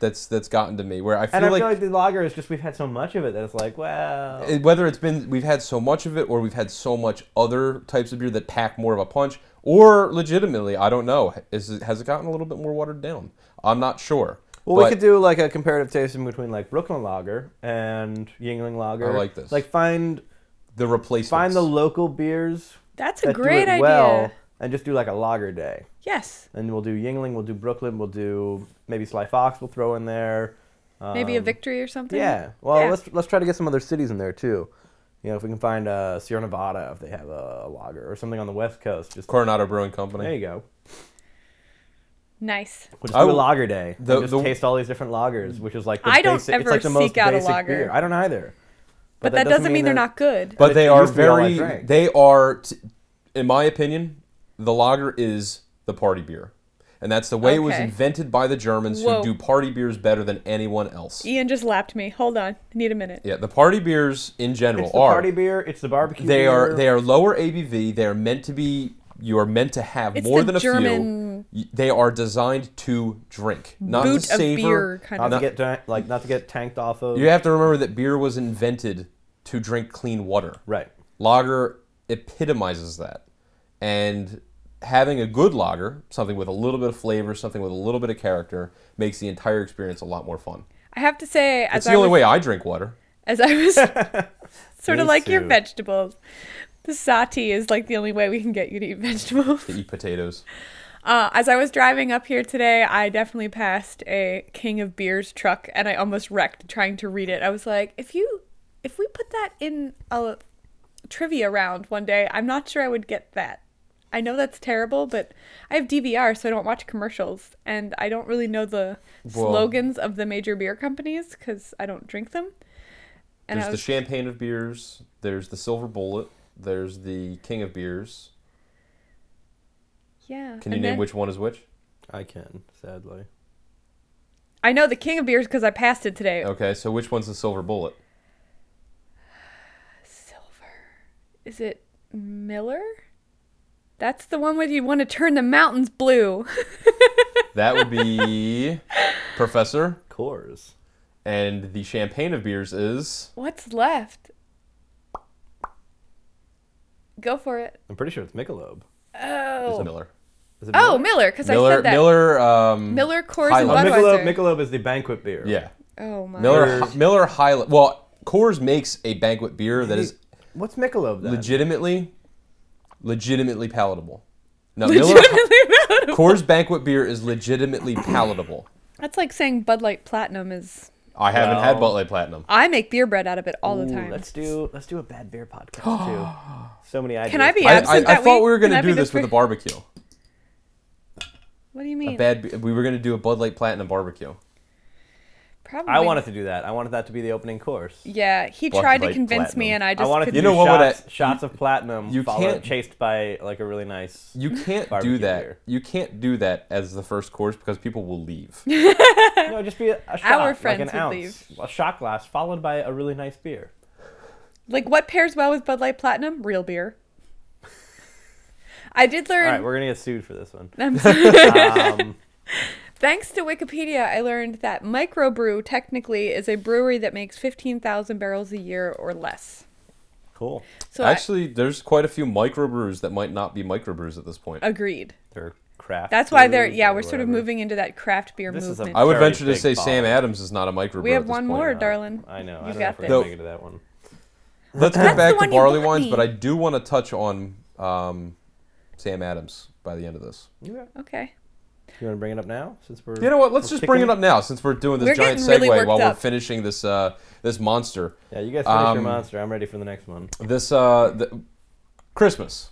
[SPEAKER 3] that's that's gotten to me where I feel
[SPEAKER 2] and I
[SPEAKER 3] like
[SPEAKER 2] feel like the lager is just we've had so much of it that it's like, wow.
[SPEAKER 3] Uh, it- whether it's been we've had so much of it or we've had so much other types of beer that pack more of a punch Or legitimately, I don't know. Is it, has it gotten a little bit more watered down? I'm not sure.
[SPEAKER 2] Well, we
[SPEAKER 3] But-
[SPEAKER 2] could do like a comparative tasting between like Brooklyn Lager and Yingling Lager.
[SPEAKER 3] I like this.
[SPEAKER 2] Like find
[SPEAKER 3] the replacements.
[SPEAKER 2] find the local beers
[SPEAKER 1] That's a
[SPEAKER 2] that
[SPEAKER 1] great
[SPEAKER 2] do it
[SPEAKER 1] idea.
[SPEAKER 2] well, and just do like a lager day.
[SPEAKER 1] yes.
[SPEAKER 2] And we'll do Yingling, we'll do Brooklyn, we'll do maybe Sly Fox. We'll throw in there.
[SPEAKER 1] Maybe a
[SPEAKER 2] Um,
[SPEAKER 1] victory or something.
[SPEAKER 2] Yeah. Well,
[SPEAKER 1] Yeah.
[SPEAKER 2] let's let's try to get some other cities in there too. You know, if we can find uh, Sierra Nevada, if they have a, a lager or something on the West Coast, just
[SPEAKER 3] Coronado Brewing Company.
[SPEAKER 2] there you go.
[SPEAKER 1] Nice.
[SPEAKER 2] We'll just
[SPEAKER 3] I
[SPEAKER 2] do a
[SPEAKER 3] w-
[SPEAKER 2] lager day. and
[SPEAKER 3] the-
[SPEAKER 2] just
[SPEAKER 3] the-
[SPEAKER 2] taste all these different lagers, which is like the
[SPEAKER 1] I don't
[SPEAKER 2] basic,
[SPEAKER 1] ever
[SPEAKER 2] it's like the most
[SPEAKER 1] seek out a
[SPEAKER 2] basic
[SPEAKER 1] lager.
[SPEAKER 2] beer. I don't either.
[SPEAKER 1] But, that, doesn't mean they're
[SPEAKER 2] that-
[SPEAKER 1] not good.
[SPEAKER 3] But
[SPEAKER 2] It-
[SPEAKER 3] they
[SPEAKER 2] it
[SPEAKER 3] are
[SPEAKER 2] used to be all I
[SPEAKER 3] very.
[SPEAKER 2] drank.
[SPEAKER 3] They are, t- in my opinion, the lager is the party beer, and that's the way it was
[SPEAKER 1] Okay.
[SPEAKER 3] invented by the Germans,
[SPEAKER 1] Whoa. E
[SPEAKER 3] who do party beers better than anyone else.
[SPEAKER 1] Ian just lapped me. Hold on. I need a minute.
[SPEAKER 3] Yeah, the party beers in general
[SPEAKER 2] It's the
[SPEAKER 3] are
[SPEAKER 2] party beer. It's the barbecue.
[SPEAKER 3] they
[SPEAKER 2] beer.
[SPEAKER 3] are they are lower ABV. They are meant to be. You are meant to have
[SPEAKER 1] It's
[SPEAKER 3] more
[SPEAKER 1] the
[SPEAKER 3] than a
[SPEAKER 1] German
[SPEAKER 3] few. Y- They are designed to drink, not
[SPEAKER 1] Boot
[SPEAKER 3] to
[SPEAKER 1] of
[SPEAKER 3] savor.
[SPEAKER 1] beer kind
[SPEAKER 2] not
[SPEAKER 1] of.
[SPEAKER 2] to get ta- like not to get tanked off of.
[SPEAKER 3] You have to remember that beer was invented to drink clean water.
[SPEAKER 2] Right.
[SPEAKER 3] Lager epitomizes that. And having a good lager, something with a little bit of flavor, something with a little bit of character, makes the entire experience a lot more fun.
[SPEAKER 1] I have to say,
[SPEAKER 3] It's
[SPEAKER 1] as
[SPEAKER 3] the
[SPEAKER 1] I
[SPEAKER 3] only
[SPEAKER 1] was,
[SPEAKER 3] way I drink water.
[SPEAKER 1] as I was sort of
[SPEAKER 2] Me
[SPEAKER 1] like your
[SPEAKER 2] too.
[SPEAKER 1] vegetables. The sati is like the only way we can get you to eat vegetables.
[SPEAKER 3] To eat potatoes.
[SPEAKER 1] Uh, as I was driving up here today, I definitely passed a King of Beers truck, and I almost wrecked trying to read it. I was like, if you, if we put that in a trivia round one day, I'm not sure I would get that. I know that's terrible, but I have DVR, so I don't watch commercials, and I don't really know the
[SPEAKER 3] Well-
[SPEAKER 1] slogans of the major beer companies because I don't drink them. And
[SPEAKER 3] There's
[SPEAKER 1] I
[SPEAKER 3] the
[SPEAKER 1] was,
[SPEAKER 3] champagne of beers, there's the silver bullet, there's the king of beers.
[SPEAKER 1] yeah.
[SPEAKER 3] Can you
[SPEAKER 1] and
[SPEAKER 3] name
[SPEAKER 1] then-
[SPEAKER 3] which one is which?
[SPEAKER 2] I can sadly.
[SPEAKER 1] I know the King of Beers because I passed it today.
[SPEAKER 3] Okay, so which one's the silver bullet?
[SPEAKER 1] Silver. Is it Miller? That's the one where you want to turn the mountains blue.
[SPEAKER 3] That would be Professor.
[SPEAKER 2] Coors.
[SPEAKER 3] And the champagne of beers is
[SPEAKER 1] What's left? Go for it.
[SPEAKER 2] I'm pretty sure it's Michelob.
[SPEAKER 1] Oh.
[SPEAKER 3] Miller.
[SPEAKER 2] Is it
[SPEAKER 1] Oh, Miller, because I
[SPEAKER 3] Miller,
[SPEAKER 1] said that.
[SPEAKER 3] Miller, um,
[SPEAKER 1] Miller, Coors, and
[SPEAKER 2] Oh,
[SPEAKER 3] Highland.
[SPEAKER 1] Budweiser.
[SPEAKER 2] Michelob, Michelob is the banquet beer.
[SPEAKER 3] Yeah,
[SPEAKER 1] Oh my.
[SPEAKER 3] Miller, Miller Highland. Well, Coors makes a banquet beer that is
[SPEAKER 2] What's Michelob then?
[SPEAKER 3] legitimately, legitimately palatable. No, Miller
[SPEAKER 1] Legitimately Miller.
[SPEAKER 3] Coors banquet beer is legitimately palatable.
[SPEAKER 1] That's like saying Bud Light Platinum is.
[SPEAKER 3] I haven't had
[SPEAKER 2] Well-
[SPEAKER 3] Bud Light Platinum.
[SPEAKER 1] I make beer bread out of it all the
[SPEAKER 2] Ooh,
[SPEAKER 1] time.
[SPEAKER 2] Let's do let's do a bad beer podcast too. So many ideas.
[SPEAKER 1] Can I be
[SPEAKER 3] I,
[SPEAKER 1] absent
[SPEAKER 3] I, I
[SPEAKER 1] that
[SPEAKER 3] thought
[SPEAKER 1] week?
[SPEAKER 3] we were
[SPEAKER 1] Can
[SPEAKER 3] gonna
[SPEAKER 1] I be
[SPEAKER 3] do
[SPEAKER 1] the
[SPEAKER 3] this with a
[SPEAKER 1] fir-
[SPEAKER 3] barbecue.
[SPEAKER 1] What do you
[SPEAKER 3] A
[SPEAKER 1] mean?
[SPEAKER 3] bad. be- We were gonna do a Bud Light Platinum barbecue.
[SPEAKER 1] Probably.
[SPEAKER 2] I wanted to do that. I wanted that to be the opening course.
[SPEAKER 1] Yeah, he
[SPEAKER 3] Bud
[SPEAKER 1] tried to
[SPEAKER 3] Light
[SPEAKER 1] convince me,
[SPEAKER 2] Platinum.
[SPEAKER 1] and I
[SPEAKER 2] I
[SPEAKER 1] just.
[SPEAKER 2] wanted
[SPEAKER 1] couldn't
[SPEAKER 2] to
[SPEAKER 3] You
[SPEAKER 2] do
[SPEAKER 3] know what would
[SPEAKER 2] shots,
[SPEAKER 3] I-
[SPEAKER 2] shots of platinum.
[SPEAKER 3] you
[SPEAKER 2] followed,
[SPEAKER 3] can't-
[SPEAKER 2] chased by like a really nice.
[SPEAKER 3] You can't do
[SPEAKER 2] Barbecue
[SPEAKER 3] that.
[SPEAKER 2] beer.
[SPEAKER 3] You can't do that as the first course because people will leave.
[SPEAKER 2] no, just be a, a shot,
[SPEAKER 1] Our
[SPEAKER 2] like
[SPEAKER 1] friends
[SPEAKER 2] an
[SPEAKER 1] would
[SPEAKER 2] ounce,
[SPEAKER 1] leave.
[SPEAKER 2] a shot glass followed by a really nice beer.
[SPEAKER 1] Like what pairs well with Bud Light Platinum? Real beer. I did
[SPEAKER 2] All
[SPEAKER 1] learn.
[SPEAKER 2] right, we're gonna get sued for this one.
[SPEAKER 1] I'm sorry.
[SPEAKER 2] Um,
[SPEAKER 1] Thanks to Wikipedia, I learned that microbrew technically is a brewery that makes 15,000 barrels a year or less.
[SPEAKER 2] cool.
[SPEAKER 1] So
[SPEAKER 3] Actually, there's quite a few microbrews that might not be microbrews at this point.
[SPEAKER 1] I agreed.
[SPEAKER 2] They're craft.
[SPEAKER 1] That's why they're
[SPEAKER 2] brews
[SPEAKER 1] yeah,
[SPEAKER 2] or
[SPEAKER 1] we're sort of
[SPEAKER 2] whatever.
[SPEAKER 1] moving into that craft beer
[SPEAKER 2] This is a-
[SPEAKER 1] movement.
[SPEAKER 3] I would
[SPEAKER 2] Very
[SPEAKER 3] venture to
[SPEAKER 2] big
[SPEAKER 3] say
[SPEAKER 2] bomb.
[SPEAKER 3] Sam Adams is not a microbrew.
[SPEAKER 1] we have
[SPEAKER 3] at this
[SPEAKER 1] one
[SPEAKER 3] point.
[SPEAKER 1] more,
[SPEAKER 2] Uh,
[SPEAKER 1] darling.
[SPEAKER 2] I know.
[SPEAKER 1] You
[SPEAKER 2] I don't know
[SPEAKER 1] got
[SPEAKER 2] if we're gonna
[SPEAKER 1] this.
[SPEAKER 2] make it to that one.
[SPEAKER 3] Let's
[SPEAKER 1] That's
[SPEAKER 3] get
[SPEAKER 1] the
[SPEAKER 3] back to
[SPEAKER 1] one you
[SPEAKER 3] barley
[SPEAKER 1] bought
[SPEAKER 3] wines,
[SPEAKER 1] me.
[SPEAKER 3] but I do want to touch on um, Sam Adams by the end of this.
[SPEAKER 1] Okay.
[SPEAKER 2] You want to bring it up now since we're
[SPEAKER 3] You know what? Let's
[SPEAKER 2] we're
[SPEAKER 3] just
[SPEAKER 2] kicking
[SPEAKER 3] bring it up now since we're doing this
[SPEAKER 1] We're
[SPEAKER 3] giant
[SPEAKER 1] getting really
[SPEAKER 3] segue
[SPEAKER 1] worked
[SPEAKER 3] while
[SPEAKER 1] up.
[SPEAKER 3] we're finishing this uh, this monster.
[SPEAKER 2] Yeah, you guys finish
[SPEAKER 3] Um,
[SPEAKER 2] your monster. I'm ready for the next one.
[SPEAKER 3] This uh, the, Christmas.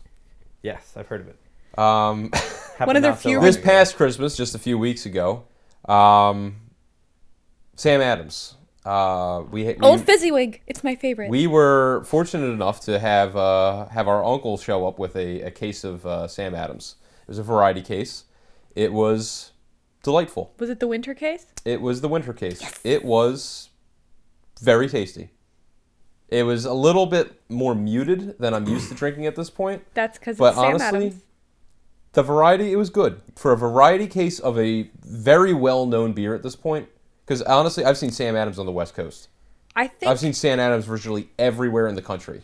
[SPEAKER 2] Yes, I've heard of it.
[SPEAKER 3] Um,
[SPEAKER 1] One of
[SPEAKER 2] Happened
[SPEAKER 1] their
[SPEAKER 2] not so
[SPEAKER 1] few-
[SPEAKER 2] long
[SPEAKER 3] this
[SPEAKER 2] ago.
[SPEAKER 3] past Christmas, just a few weeks ago, um, Sam Adams. Uh, we, we
[SPEAKER 1] Old Fizzywig, it's my favorite.
[SPEAKER 3] We were fortunate enough to have uh, have our uncle show up with a, a case of uh, Sam Adams. It was a variety case. It was delightful.
[SPEAKER 1] Was it the winter case?
[SPEAKER 3] It was the winter case. It was very tasty. It was a little bit more muted than I'm used to drinking at this point,
[SPEAKER 1] That's cuz
[SPEAKER 3] but
[SPEAKER 1] it's Sam
[SPEAKER 3] honestly,
[SPEAKER 1] Adams.
[SPEAKER 3] the variety it was good for a variety case of a very well known beer at this point. Because honestly, I've seen Sam Adams on the West Coast.
[SPEAKER 1] I think
[SPEAKER 3] I've seen Sam Adams virtually everywhere in the country.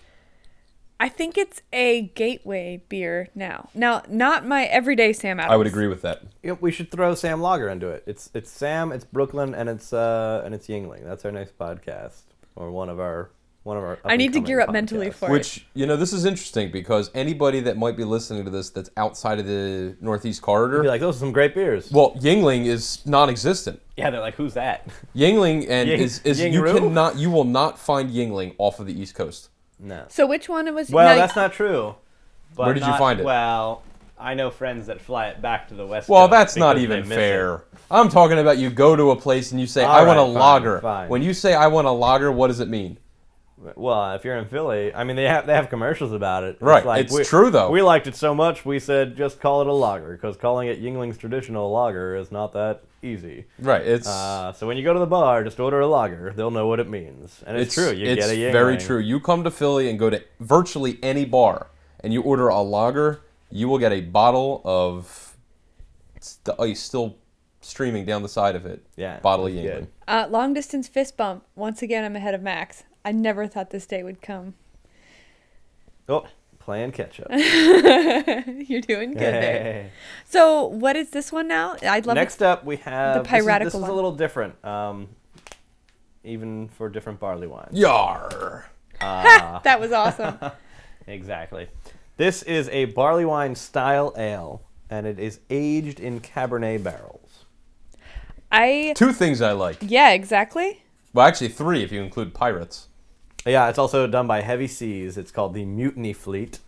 [SPEAKER 1] I think it's a gateway beer now. Now, not my everyday Sam Adams.
[SPEAKER 3] I would agree with that.
[SPEAKER 2] Yep, we should throw Sam Lager into it. It's it's Sam, it's Brooklyn, and it's uh and it's Yingling. That's our next podcast or one of our one of our.
[SPEAKER 1] I need to gear
[SPEAKER 2] up-and-coming
[SPEAKER 1] up mentally
[SPEAKER 2] podcasts.
[SPEAKER 1] for it.
[SPEAKER 3] Which you know, this is interesting because anybody that might be listening to this that's outside of the Northeast corridor,
[SPEAKER 2] Be like, those are some great beers.
[SPEAKER 3] well, Yingling is non-existent.
[SPEAKER 2] yeah, they're like, who's that?
[SPEAKER 3] Yingling and
[SPEAKER 2] Ying-
[SPEAKER 3] is, is you
[SPEAKER 2] Yingru?
[SPEAKER 3] cannot you will not find Yingling off of the East Coast.
[SPEAKER 2] no.
[SPEAKER 1] So which one was?
[SPEAKER 4] Well,
[SPEAKER 1] now-
[SPEAKER 4] that's not true. But
[SPEAKER 3] Where did you find it?
[SPEAKER 4] Well, I know friends that fly it back to the west.
[SPEAKER 3] Well,
[SPEAKER 4] Coast
[SPEAKER 3] that's not
[SPEAKER 4] because
[SPEAKER 3] even
[SPEAKER 4] they miss it.
[SPEAKER 3] fair. I'm talking about you go to a place and you say,
[SPEAKER 2] All
[SPEAKER 3] "I want a
[SPEAKER 2] right, fine,
[SPEAKER 3] lager."
[SPEAKER 2] fine.
[SPEAKER 3] When you say, "I want a lager," what does it mean?
[SPEAKER 2] Well, if you're in Philly, I mean, they have they have commercials about it.
[SPEAKER 3] Right, it's
[SPEAKER 2] we-
[SPEAKER 3] true, though.
[SPEAKER 2] We liked it so much, we said just call it a lager because calling it Yingling's traditional lager is not that easy.
[SPEAKER 3] Right. It's
[SPEAKER 2] Uh, so when you go to the bar, just order a lager. They'll know what it means, and it's, true. You
[SPEAKER 3] it's
[SPEAKER 2] get a Yingling.
[SPEAKER 3] very true. You come to Philly and go to virtually any bar and you order a lager, you will get a bottle of it's the ice still streaming down the side of it.
[SPEAKER 2] Yeah,
[SPEAKER 3] Bottle of
[SPEAKER 2] it's
[SPEAKER 3] Yingling.
[SPEAKER 2] good.
[SPEAKER 1] Uh, long distance fist bump. Once again, I'm ahead of Max. I never thought this day would come.
[SPEAKER 2] Oh, playing catch up.
[SPEAKER 1] You're doing good there.
[SPEAKER 2] Hey.
[SPEAKER 1] So, what is this one now? I'd love
[SPEAKER 2] Next up, we have this is-
[SPEAKER 1] piratical
[SPEAKER 2] This is,
[SPEAKER 1] one.
[SPEAKER 2] a little different, um, even for different barley wines.
[SPEAKER 3] Yar.
[SPEAKER 1] it. That was awesome.
[SPEAKER 2] Exactly. This is a barley wine style ale, and it is aged in Cabernet barrels.
[SPEAKER 1] I
[SPEAKER 3] Two things I like.
[SPEAKER 1] yeah, exactly.
[SPEAKER 3] Well, actually three if you include pirates.
[SPEAKER 2] Yeah, it's also done by Heavy Seas. It's called the Mutiny Fleet.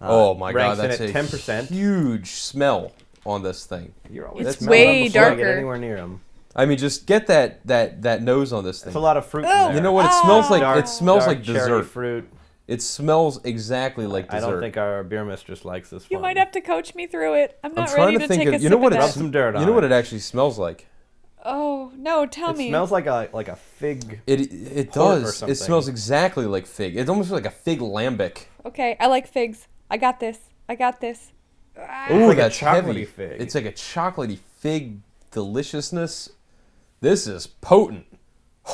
[SPEAKER 2] Uh,
[SPEAKER 3] oh my god,
[SPEAKER 2] ranks in at
[SPEAKER 3] that's a
[SPEAKER 2] 10%.
[SPEAKER 3] huge smell on this thing.
[SPEAKER 2] You're always
[SPEAKER 1] It's
[SPEAKER 2] smelling them
[SPEAKER 1] way
[SPEAKER 2] before you get
[SPEAKER 1] darker.
[SPEAKER 2] anywhere near 'em.
[SPEAKER 3] I mean, just get that that that nose on this thing.
[SPEAKER 2] It's a lot of fruit. in
[SPEAKER 1] Oh.
[SPEAKER 2] there.
[SPEAKER 3] you know what? It
[SPEAKER 1] Oh.
[SPEAKER 3] smells like
[SPEAKER 2] Dark-
[SPEAKER 3] it smells
[SPEAKER 2] dark
[SPEAKER 3] like
[SPEAKER 2] cherry
[SPEAKER 3] dessert.
[SPEAKER 2] fruit.
[SPEAKER 3] It smells exactly like dessert.
[SPEAKER 2] I don't think our beer mistress likes this
[SPEAKER 1] You
[SPEAKER 2] one.
[SPEAKER 1] might have to coach me through it. I'm
[SPEAKER 3] I'm
[SPEAKER 1] not
[SPEAKER 3] trying
[SPEAKER 1] ready
[SPEAKER 3] to
[SPEAKER 1] to,
[SPEAKER 3] think
[SPEAKER 1] take
[SPEAKER 3] of
[SPEAKER 1] a
[SPEAKER 3] you know
[SPEAKER 1] sip
[SPEAKER 3] what
[SPEAKER 1] of
[SPEAKER 3] it
[SPEAKER 2] Rub
[SPEAKER 1] that.
[SPEAKER 2] some dirt
[SPEAKER 3] You
[SPEAKER 2] on
[SPEAKER 3] know what
[SPEAKER 2] it.
[SPEAKER 3] it actually smells like?
[SPEAKER 1] Oh no, tell
[SPEAKER 2] It
[SPEAKER 1] me.
[SPEAKER 2] smells like a like a fig.
[SPEAKER 3] It it
[SPEAKER 2] Port or
[SPEAKER 3] does.
[SPEAKER 2] something.
[SPEAKER 3] It smells exactly like fig. It's almost like a fig lambic.
[SPEAKER 1] okay, I like figs. I got this. I got this. Ah.
[SPEAKER 3] Ooh,
[SPEAKER 2] like a
[SPEAKER 3] that's heavy.
[SPEAKER 2] chocolatey fig.
[SPEAKER 3] It's like a chocolatey fig deliciousness. This is potent.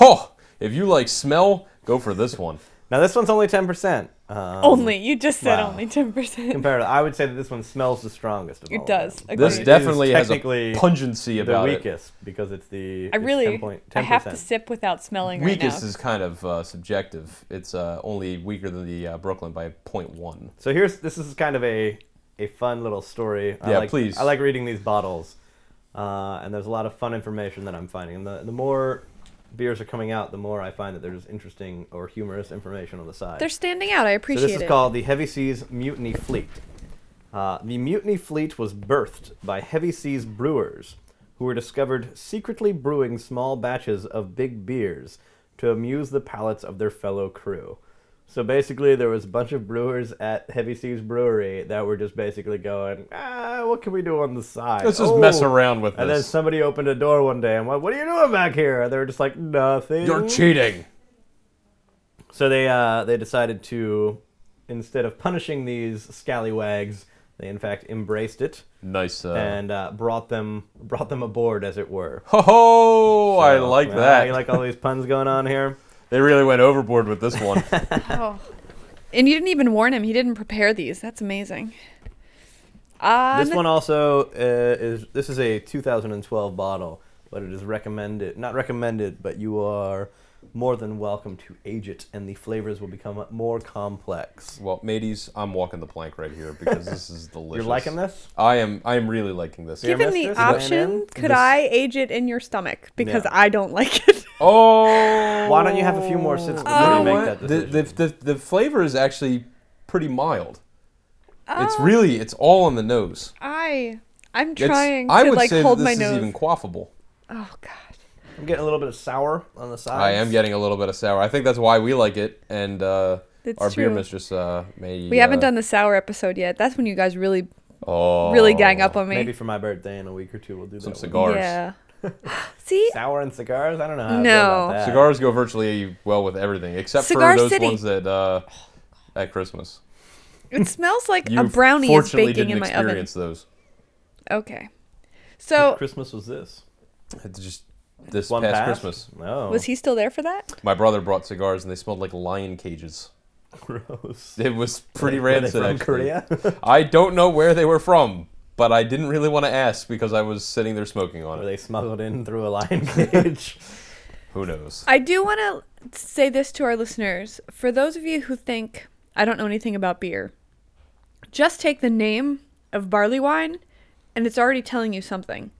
[SPEAKER 3] Oh, if you like smell, go for this one.
[SPEAKER 2] Now this one's only ten percent. Um,
[SPEAKER 1] only you just said
[SPEAKER 2] wow.
[SPEAKER 1] only ten percent.
[SPEAKER 2] compared to, I would say that this one smells the strongest. Of
[SPEAKER 1] It
[SPEAKER 2] all of them.
[SPEAKER 1] does. Agreed.
[SPEAKER 3] This
[SPEAKER 1] It is
[SPEAKER 3] definitely has a
[SPEAKER 2] technically
[SPEAKER 3] pungency
[SPEAKER 2] the
[SPEAKER 3] about it.
[SPEAKER 2] weakest because it's the.
[SPEAKER 1] I
[SPEAKER 2] it's
[SPEAKER 1] really
[SPEAKER 2] 10 point, 10%.
[SPEAKER 1] I have to sip without smelling
[SPEAKER 3] Weakest
[SPEAKER 1] right
[SPEAKER 3] is kind of uh, subjective. It's uh, only weaker than the uh, Brooklyn by 0.1.
[SPEAKER 2] So here's this is kind of a a fun little story. I
[SPEAKER 3] Yeah,
[SPEAKER 2] like,
[SPEAKER 3] please.
[SPEAKER 2] I like reading these bottles, uh, and there's a lot of fun information that I'm finding. And the the more beers are coming out, the more I find that there's interesting or humorous information on the
[SPEAKER 1] now.
[SPEAKER 2] side.
[SPEAKER 1] They're standing out. I appreciate
[SPEAKER 2] so this is
[SPEAKER 1] it.
[SPEAKER 2] called the Heavy Seas Mutiny Fleet. Uh, the Mutiny Fleet was birthed by Heavy Seas brewers, who were discovered secretly brewing small batches of big beers to amuse the palates of their fellow crew. So basically, there was a bunch of brewers at Heavy Seas Brewery that were just basically going, ah, what can we do on the side? Oh.
[SPEAKER 3] Let's just mess around with
[SPEAKER 2] And then
[SPEAKER 3] this.
[SPEAKER 2] somebody opened a door one day and went, what are you doing back here? And they were just like, nothing.
[SPEAKER 3] You're cheating.
[SPEAKER 2] So they uh, they decided to, instead of punishing these scallywags, they in fact embraced it
[SPEAKER 3] Nice. Uh,
[SPEAKER 2] and uh, brought them brought them aboard, as it were.
[SPEAKER 3] Ho ho! Oh, I
[SPEAKER 2] So,
[SPEAKER 3] like
[SPEAKER 2] uh,
[SPEAKER 3] that.
[SPEAKER 2] You like all these puns going on here?
[SPEAKER 3] they really went overboard with this one.
[SPEAKER 1] Oh. And you didn't even warn him. He didn't prepare these. That's amazing. Uh, On
[SPEAKER 2] this one also uh, is this is a 2012 bottle, but it is recommended not recommended, but you are more than welcome to age it, and the flavors will become more complex.
[SPEAKER 3] well, mateys, I'm walking the plank right here because this is delicious.
[SPEAKER 2] You're liking this?
[SPEAKER 3] I am. I am really liking this.
[SPEAKER 2] Give
[SPEAKER 1] given the
[SPEAKER 2] mistress, Landon,
[SPEAKER 1] option, could
[SPEAKER 2] this-
[SPEAKER 1] I age it in your stomach? Because
[SPEAKER 2] No.
[SPEAKER 1] I don't like it.
[SPEAKER 3] Oh!
[SPEAKER 2] Why don't you have a few more sips before
[SPEAKER 1] you
[SPEAKER 3] know
[SPEAKER 1] make
[SPEAKER 3] what?
[SPEAKER 2] that
[SPEAKER 3] The- The, the, the flavor is actually pretty mild. It's
[SPEAKER 1] Oh.
[SPEAKER 3] really. It's all on the nose.
[SPEAKER 1] I I'm
[SPEAKER 3] It's-
[SPEAKER 1] trying
[SPEAKER 3] I
[SPEAKER 1] to
[SPEAKER 3] would
[SPEAKER 1] like
[SPEAKER 3] say
[SPEAKER 1] hold
[SPEAKER 3] that
[SPEAKER 1] my
[SPEAKER 3] this
[SPEAKER 1] nose.
[SPEAKER 3] is even quaffable.
[SPEAKER 1] Oh god.
[SPEAKER 2] I'm getting a little bit of sour on the side.
[SPEAKER 3] I am getting a little bit of sour. I think that's why we like it, and uh,
[SPEAKER 1] That's
[SPEAKER 3] our beer
[SPEAKER 1] true.
[SPEAKER 3] mistress uh, may.
[SPEAKER 1] We haven't
[SPEAKER 3] uh,
[SPEAKER 1] done the sour episode yet. That's when you guys really
[SPEAKER 3] Oh,
[SPEAKER 1] really gang up on me.
[SPEAKER 2] Maybe for my birthday in a week or two, we'll do
[SPEAKER 3] Some
[SPEAKER 2] that. one.
[SPEAKER 3] cigars.
[SPEAKER 1] Yeah. See?
[SPEAKER 2] Sour and cigars? I don't know. How
[SPEAKER 1] No.
[SPEAKER 2] I feel about that.
[SPEAKER 3] Cigars go virtually well with everything, except
[SPEAKER 1] Cigar
[SPEAKER 3] for those
[SPEAKER 1] City.
[SPEAKER 3] ones that uh, at Christmas.
[SPEAKER 1] It smells like
[SPEAKER 3] You
[SPEAKER 1] a brownie is
[SPEAKER 3] fortunately
[SPEAKER 1] baking
[SPEAKER 3] didn't
[SPEAKER 1] in my oven.
[SPEAKER 3] experience those.
[SPEAKER 1] Okay.
[SPEAKER 2] What
[SPEAKER 1] So
[SPEAKER 2] Christmas was this?
[SPEAKER 3] It's just this
[SPEAKER 2] One
[SPEAKER 3] past
[SPEAKER 2] past?
[SPEAKER 3] Christmas.
[SPEAKER 2] No.
[SPEAKER 1] was he still there for that?
[SPEAKER 3] My brother brought cigars and they smelled like lion cages.
[SPEAKER 2] Gross.
[SPEAKER 3] It was pretty
[SPEAKER 2] Were they
[SPEAKER 3] rancid.
[SPEAKER 2] from
[SPEAKER 3] actually.
[SPEAKER 2] Korea?
[SPEAKER 3] I don't know where they were from, but I didn't really want to ask because I was sitting there smoking on
[SPEAKER 2] Were
[SPEAKER 3] it.
[SPEAKER 2] they smuggled in through a lion cage?
[SPEAKER 3] Who knows?
[SPEAKER 1] I do want to say this to our listeners. For those of you who think I don't know anything about beer, just take the name of barley wine and it's already telling you something.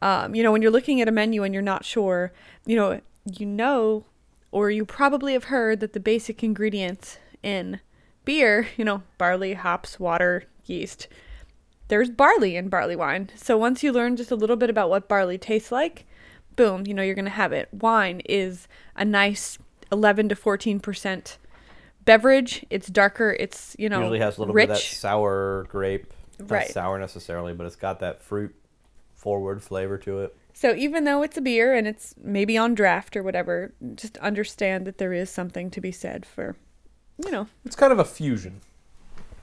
[SPEAKER 1] Um, you know, when you're looking at a menu and you're not sure, you know, you know, or you probably have heard that the basic ingredients in beer, you know, barley, hops, water, yeast, there's barley in barley wine. So once you learn just a little bit about what barley tastes like, boom, you know you're going to have it. Wine is a nice 11 to 14% beverage. It's darker, it's, you know,
[SPEAKER 2] Usually has a little
[SPEAKER 1] rich.
[SPEAKER 2] bit of that sour grape. Not
[SPEAKER 1] Right.
[SPEAKER 2] sour necessarily, but it's got that fruit forward flavor to it.
[SPEAKER 1] So even though it's a beer and it's maybe on draft or whatever, just understand that there is something to be said for, you know,
[SPEAKER 3] It's kind of a fusion.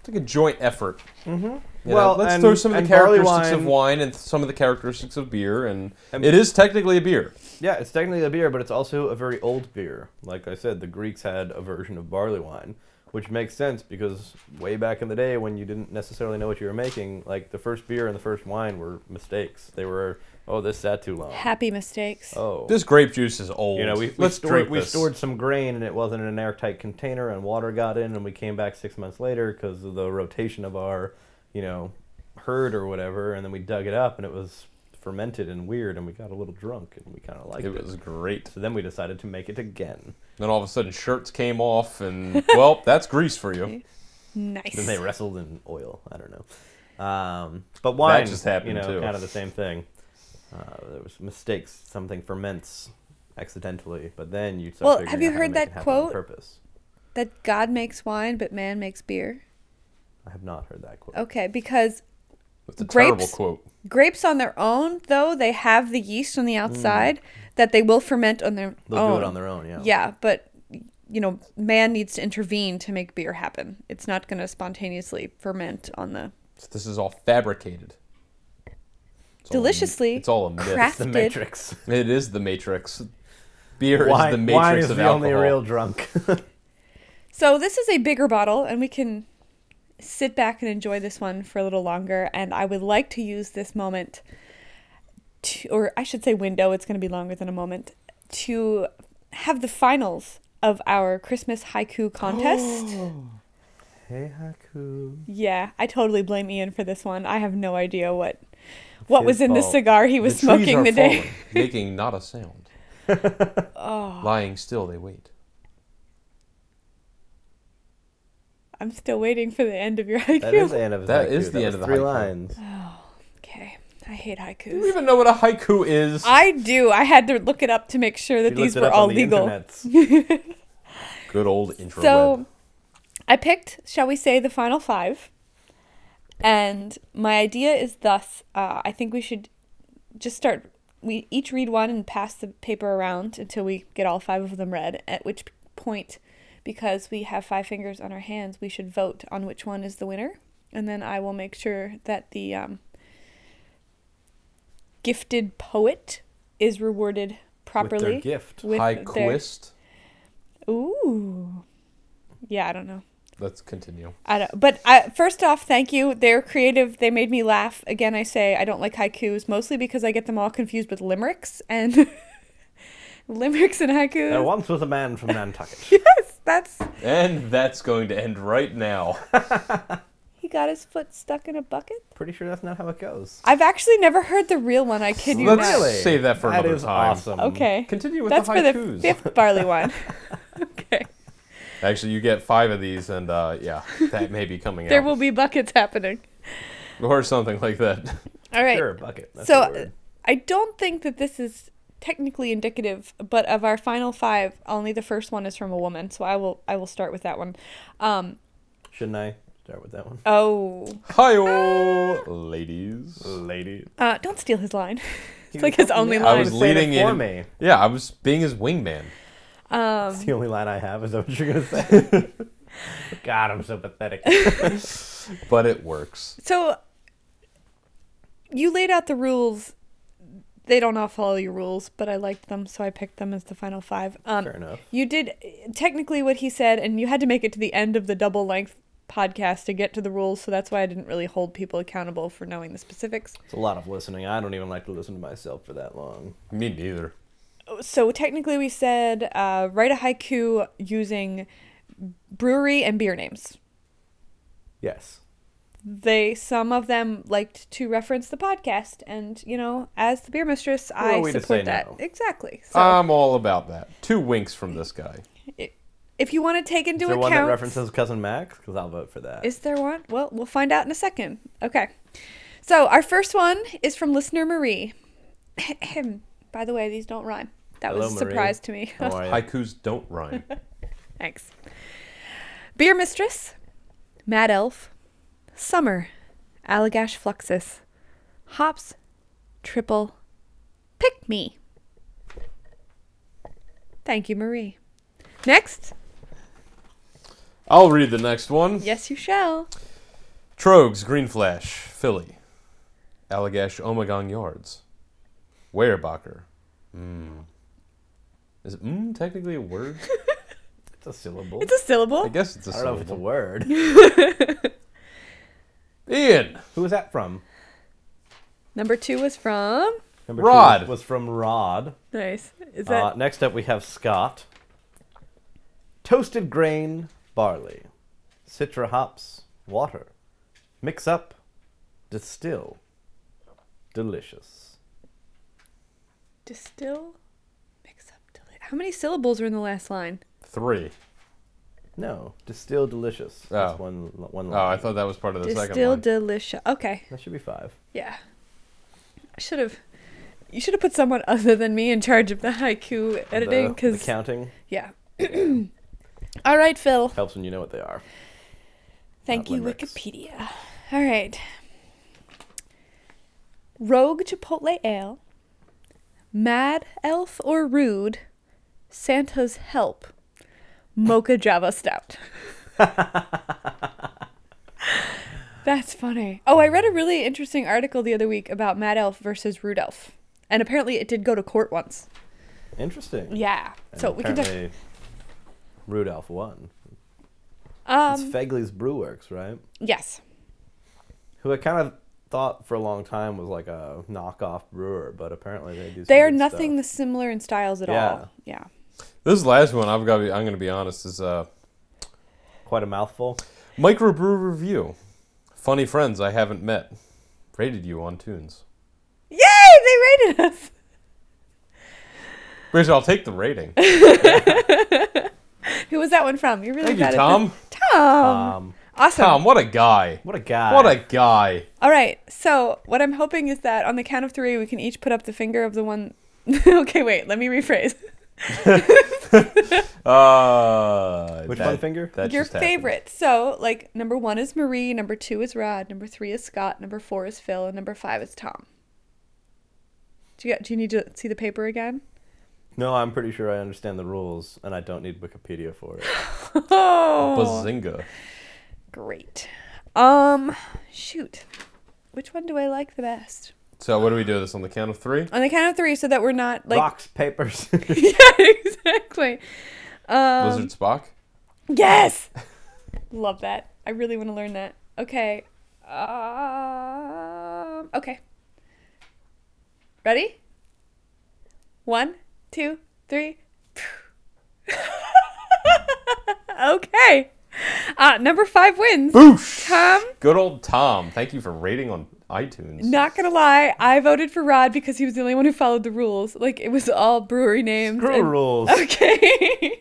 [SPEAKER 3] It's like a joint effort. Mm-hmm.
[SPEAKER 2] Well,
[SPEAKER 3] well, let's
[SPEAKER 2] and-
[SPEAKER 3] throw some of the
[SPEAKER 2] and barley
[SPEAKER 3] characteristics of
[SPEAKER 2] wine-
[SPEAKER 3] wine and some of the characteristics of beer, and,
[SPEAKER 2] And-
[SPEAKER 3] it is technically a beer.
[SPEAKER 2] Yeah, it's technically a beer, but it's also a very old beer. Like I said, the Greeks had a version of barley wine, which makes sense because way back in the day when you didn't necessarily know what you were making, like the first beer and the first wine were mistakes. They were, oh, this sat too long.
[SPEAKER 1] happy mistakes.
[SPEAKER 2] Oh.
[SPEAKER 3] This grape juice is old.
[SPEAKER 2] you know, we, we,
[SPEAKER 3] let's
[SPEAKER 2] stored,
[SPEAKER 3] drink
[SPEAKER 2] we
[SPEAKER 3] this.
[SPEAKER 2] stored some grain and it wasn't in an airtight container, and water got in, and we came back six months later because of the rotation of our, you know, herd or whatever, and then we dug it up and it was fermented and weird, and we got a little drunk and we kind of liked it.
[SPEAKER 3] It was great.
[SPEAKER 2] So then we decided to make it again.
[SPEAKER 3] Then all of a sudden, shirts came off, and well, that's grease for you.
[SPEAKER 1] nice.
[SPEAKER 2] Then they wrestled in oil. I don't know. Um, but wine
[SPEAKER 3] just happened,
[SPEAKER 2] you know,
[SPEAKER 3] too.
[SPEAKER 2] kind of the same thing. Uh, there was mistakes. Something ferments accidentally, but then you start
[SPEAKER 1] Well,
[SPEAKER 2] figuring
[SPEAKER 1] have you
[SPEAKER 2] out how to
[SPEAKER 1] heard
[SPEAKER 2] make it
[SPEAKER 1] that
[SPEAKER 2] happen on
[SPEAKER 1] quote?
[SPEAKER 2] Purpose.
[SPEAKER 1] that God makes wine, but man makes beer.
[SPEAKER 2] I have not heard that quote.
[SPEAKER 1] Okay, because
[SPEAKER 3] That's a terrible
[SPEAKER 1] Grapes?
[SPEAKER 3] quote.
[SPEAKER 1] grapes on their own, though they have the yeast on the outside that they will ferment on their
[SPEAKER 2] Mm. They'll
[SPEAKER 1] own.
[SPEAKER 2] do it on their own. Yeah.
[SPEAKER 1] oh. Yeah, but you know, man needs to intervene to make beer happen. It's not going to spontaneously ferment on the
[SPEAKER 3] This is all fabricated. It's all a-
[SPEAKER 1] Deliciously
[SPEAKER 3] it's all a myth.
[SPEAKER 1] craft-
[SPEAKER 2] The
[SPEAKER 1] Did-
[SPEAKER 2] Matrix.
[SPEAKER 3] It is the Matrix. Beer
[SPEAKER 2] Wine
[SPEAKER 3] is the
[SPEAKER 2] wine
[SPEAKER 3] Matrix
[SPEAKER 2] is
[SPEAKER 3] of
[SPEAKER 2] the
[SPEAKER 3] alcohol.
[SPEAKER 2] only real drunk.
[SPEAKER 1] So this is a bigger bottle, and we can sit back and enjoy this one for a little longer. And I would like to use this moment, to, or I should say window. It's going to be longer than a moment to have the finals of our Christmas haiku
[SPEAKER 2] Oh.
[SPEAKER 1] contest.
[SPEAKER 2] hey Haku.
[SPEAKER 1] yeah, I totally blame Ian for this one. I have no idea what what
[SPEAKER 2] His
[SPEAKER 1] was in the
[SPEAKER 2] fault.
[SPEAKER 1] cigar he was
[SPEAKER 3] the trees
[SPEAKER 1] smoking
[SPEAKER 3] are
[SPEAKER 1] the day.
[SPEAKER 3] falling, making not a sound.
[SPEAKER 1] Oh.
[SPEAKER 3] Lying still, they wait.
[SPEAKER 1] I'm still waiting for the end of your
[SPEAKER 2] That
[SPEAKER 1] haiku.
[SPEAKER 2] is the end of
[SPEAKER 3] That
[SPEAKER 2] haiku.
[SPEAKER 3] is the end
[SPEAKER 2] was
[SPEAKER 3] of the
[SPEAKER 2] three
[SPEAKER 3] haiku.
[SPEAKER 2] lines.
[SPEAKER 1] Okay, I hate
[SPEAKER 3] Do you
[SPEAKER 1] haikus.
[SPEAKER 3] even know what a haiku is?
[SPEAKER 1] I do. I had to look it up to make sure that
[SPEAKER 2] She
[SPEAKER 1] these
[SPEAKER 2] looked
[SPEAKER 1] were
[SPEAKER 2] it up
[SPEAKER 1] all
[SPEAKER 2] on the
[SPEAKER 1] legal.
[SPEAKER 2] internets.
[SPEAKER 3] Good old intro.
[SPEAKER 1] So I picked, shall we say, the final five. And my idea is thus uh, I think we should just start. We each read one and pass the paper around until we get all five of them read, at which point, because we have five fingers on our hands, we should vote on which one is the winner. And then I will make sure that the um, gifted poet is rewarded
[SPEAKER 2] With
[SPEAKER 1] properly.
[SPEAKER 2] their gift.
[SPEAKER 1] with their-
[SPEAKER 3] Haikuist.
[SPEAKER 1] Ooh. Yeah, I don't know.
[SPEAKER 3] Let's continue.
[SPEAKER 1] I don't, but I, first off, thank you. They're creative. They made me laugh. Again, I say I don't like haikus mostly because I get them all confused with limericks and limericks and haikus.
[SPEAKER 2] There once was a man from Nantucket.
[SPEAKER 1] That's
[SPEAKER 3] And that's going to end right now.
[SPEAKER 1] he got his foot stuck in a bucket.
[SPEAKER 2] Pretty sure that's not how it goes.
[SPEAKER 1] I've actually never heard the real one. I kid you
[SPEAKER 3] Let's-
[SPEAKER 1] not.
[SPEAKER 3] Really? save that for another
[SPEAKER 2] is
[SPEAKER 3] time.
[SPEAKER 2] awesome.
[SPEAKER 1] Okay,
[SPEAKER 3] Continue with
[SPEAKER 1] that's
[SPEAKER 3] the
[SPEAKER 1] for
[SPEAKER 3] haikus.
[SPEAKER 1] the fifth barley wine. okay,
[SPEAKER 3] Actually, you get five of these, and uh, yeah, that may be coming
[SPEAKER 1] there
[SPEAKER 3] out.
[SPEAKER 1] will be buckets happening.
[SPEAKER 3] or something like that.
[SPEAKER 1] All right.
[SPEAKER 2] Sure, bucket. That's
[SPEAKER 1] so uh,
[SPEAKER 2] the word.
[SPEAKER 1] I don't think that this is technically indicative, but of our final five, only the first one is from a woman. So I will I will start with that one. Um,
[SPEAKER 2] Shouldn't I start with that one?
[SPEAKER 1] oh,
[SPEAKER 3] Hi, ladies.
[SPEAKER 2] Lady.
[SPEAKER 1] uh, don't steal his line. it's like his only
[SPEAKER 3] I
[SPEAKER 1] line.
[SPEAKER 3] was
[SPEAKER 2] Just saying it
[SPEAKER 3] leading
[SPEAKER 2] for
[SPEAKER 3] in.
[SPEAKER 2] me.
[SPEAKER 3] Yeah, I was being his wingman.
[SPEAKER 1] um,
[SPEAKER 2] It's the only line I have. Is that what you're gonna say? God, I'm so pathetic.
[SPEAKER 3] But it works.
[SPEAKER 1] so you laid out the rules they don't all follow your rules, but I liked them, so I picked them as the final five. Um,
[SPEAKER 2] Fair enough.
[SPEAKER 1] You did technically what he said, and you had to make it to the end of the double length podcast to get to the rules, so that's why I didn't really hold people accountable for knowing the specifics.
[SPEAKER 2] It's a lot of listening. I don't even like to listen to myself for that long.
[SPEAKER 3] Me neither.
[SPEAKER 1] So technically, we said uh, write a haiku using brewery and beer names.
[SPEAKER 2] Yes.
[SPEAKER 1] They some of them liked to reference the podcast, and you know, as the beer mistress,
[SPEAKER 2] are
[SPEAKER 1] I
[SPEAKER 2] we to
[SPEAKER 1] support
[SPEAKER 2] say
[SPEAKER 1] that
[SPEAKER 2] no? Uh,
[SPEAKER 1] exactly. So
[SPEAKER 3] I'm all about that. Two winks from this guy.
[SPEAKER 1] if you want to take into
[SPEAKER 2] Is there
[SPEAKER 1] account
[SPEAKER 2] one that references Cousin Max? Because I'll vote for that.
[SPEAKER 1] Is there one? Well, we'll find out in a second. Okay. So our first one is from listener Marie. By the way, these don't rhyme. That was
[SPEAKER 2] Hello,
[SPEAKER 1] a
[SPEAKER 2] Marie.
[SPEAKER 1] surprise to me.
[SPEAKER 2] How are ya?
[SPEAKER 3] Haikus don't rhyme.
[SPEAKER 1] Thanks. Beer Mistress, Mad Elf, Summer, Allagash Fluxus, Hops, Triple, Pick Me. Thank you, Marie. Next.
[SPEAKER 3] I'll read the next one.
[SPEAKER 1] Yes, you shall.
[SPEAKER 3] Trogs, Green Flash, Philly. Allagash, Omagong Yards. Weyerbacher. Mmm. Is it mmm technically a word?
[SPEAKER 2] It's a syllable.
[SPEAKER 1] It's a syllable.
[SPEAKER 3] I guess it's a
[SPEAKER 2] I don't know if it's a
[SPEAKER 3] syllable.
[SPEAKER 2] word.
[SPEAKER 3] Ian.
[SPEAKER 2] Who was that from?
[SPEAKER 1] Number two was from.
[SPEAKER 2] Number
[SPEAKER 3] Rod.
[SPEAKER 2] two was from Rod.
[SPEAKER 1] Nice. Is that
[SPEAKER 2] Uh, next up, we have Scott. Toasted grain, barley, citra hops, water. Mix up, distill. Delicious.
[SPEAKER 1] Distill, mix up, delete. How many syllables are in the last line?
[SPEAKER 3] Three.
[SPEAKER 2] No, distill delicious. That's
[SPEAKER 3] Oh.
[SPEAKER 2] one, one
[SPEAKER 3] Oh, I
[SPEAKER 2] line.
[SPEAKER 3] thought that was part of the second
[SPEAKER 1] Distill
[SPEAKER 3] one.
[SPEAKER 1] delicious. Okay,
[SPEAKER 2] that should be five.
[SPEAKER 1] yeah. I should have. You should have put someone other than me in charge of the haiku editing,
[SPEAKER 2] The- the
[SPEAKER 1] because
[SPEAKER 2] counting
[SPEAKER 1] yeah. All right, Phil.
[SPEAKER 2] helps when you know what they are.
[SPEAKER 1] Thank
[SPEAKER 2] Not
[SPEAKER 1] you,
[SPEAKER 2] limericks.
[SPEAKER 1] Wikipedia. All right. Rogue Chipotle Ale, Mad Elf or Rude, Santa's Help, Mocha Java Stout. That's funny. Oh, I read a really interesting article the other week about Mad Elf versus Rude Elf. And apparently it did go to court once.
[SPEAKER 2] Interesting.
[SPEAKER 1] Yeah.
[SPEAKER 2] And
[SPEAKER 1] So we can talk.
[SPEAKER 2] apparently Rudolph won. It's
[SPEAKER 1] Um,
[SPEAKER 2] Fegley's Brew Works, right?
[SPEAKER 1] yes.
[SPEAKER 2] Who I kind of thought for a long time was like a knockoff brewer, but apparently they do. some
[SPEAKER 1] They are
[SPEAKER 2] good
[SPEAKER 1] nothing
[SPEAKER 2] stuff.
[SPEAKER 1] similar in styles at
[SPEAKER 2] Yeah.
[SPEAKER 1] all. Yeah.
[SPEAKER 3] This last one, I've got. To be, I'm going to be honest. Is uh,
[SPEAKER 2] Quite a mouthful.
[SPEAKER 3] microbrew review. Funny friends I haven't met. Rated you on tunes.
[SPEAKER 1] Yay! They rated us.
[SPEAKER 3] Which I'll take the rating.
[SPEAKER 1] Who was that one from? You're really
[SPEAKER 3] Thank you,
[SPEAKER 1] bad at
[SPEAKER 3] Tom.
[SPEAKER 1] this. Tom.
[SPEAKER 2] Um,
[SPEAKER 1] awesome.
[SPEAKER 3] Tom, what a guy.
[SPEAKER 2] what a guy!
[SPEAKER 3] What a guy.
[SPEAKER 1] All right. So what I'm hoping is that on the count of three, we can each put up the finger of the one. okay, wait. Let me rephrase.
[SPEAKER 3] Uh,
[SPEAKER 2] Which
[SPEAKER 3] that-
[SPEAKER 2] one finger?
[SPEAKER 3] that
[SPEAKER 1] Your
[SPEAKER 3] just happened.
[SPEAKER 1] favorite. So like number one is Marie. Number two is Rod. Number three is Scott. Number four is Phil. And number five is Tom. Do you, do you need to see the paper again?
[SPEAKER 2] No, I'm pretty sure I understand the rules, and I don't need Wikipedia for it.
[SPEAKER 1] Oh,
[SPEAKER 3] Bazinga.
[SPEAKER 1] great. Um, shoot. Which one do I like the best?
[SPEAKER 3] So what do we do this on the count of three?
[SPEAKER 1] On the count of three, so that we're not like
[SPEAKER 2] Rocks, papers.
[SPEAKER 1] yeah, exactly. Um,
[SPEAKER 3] Lizard Spock.
[SPEAKER 1] yes, love that. I really want to learn that. Okay. Um, okay. Ready? One, two, three. okay. Uh, number five wins.
[SPEAKER 3] Boosh.
[SPEAKER 1] Tom,
[SPEAKER 3] Good old Tom. Thank you for rating on iTunes.
[SPEAKER 1] not gonna lie, I voted for Rod because he was the only one who followed the rules. Like it was all brewery names.
[SPEAKER 2] Screw
[SPEAKER 1] and-
[SPEAKER 2] rules.
[SPEAKER 1] Okay.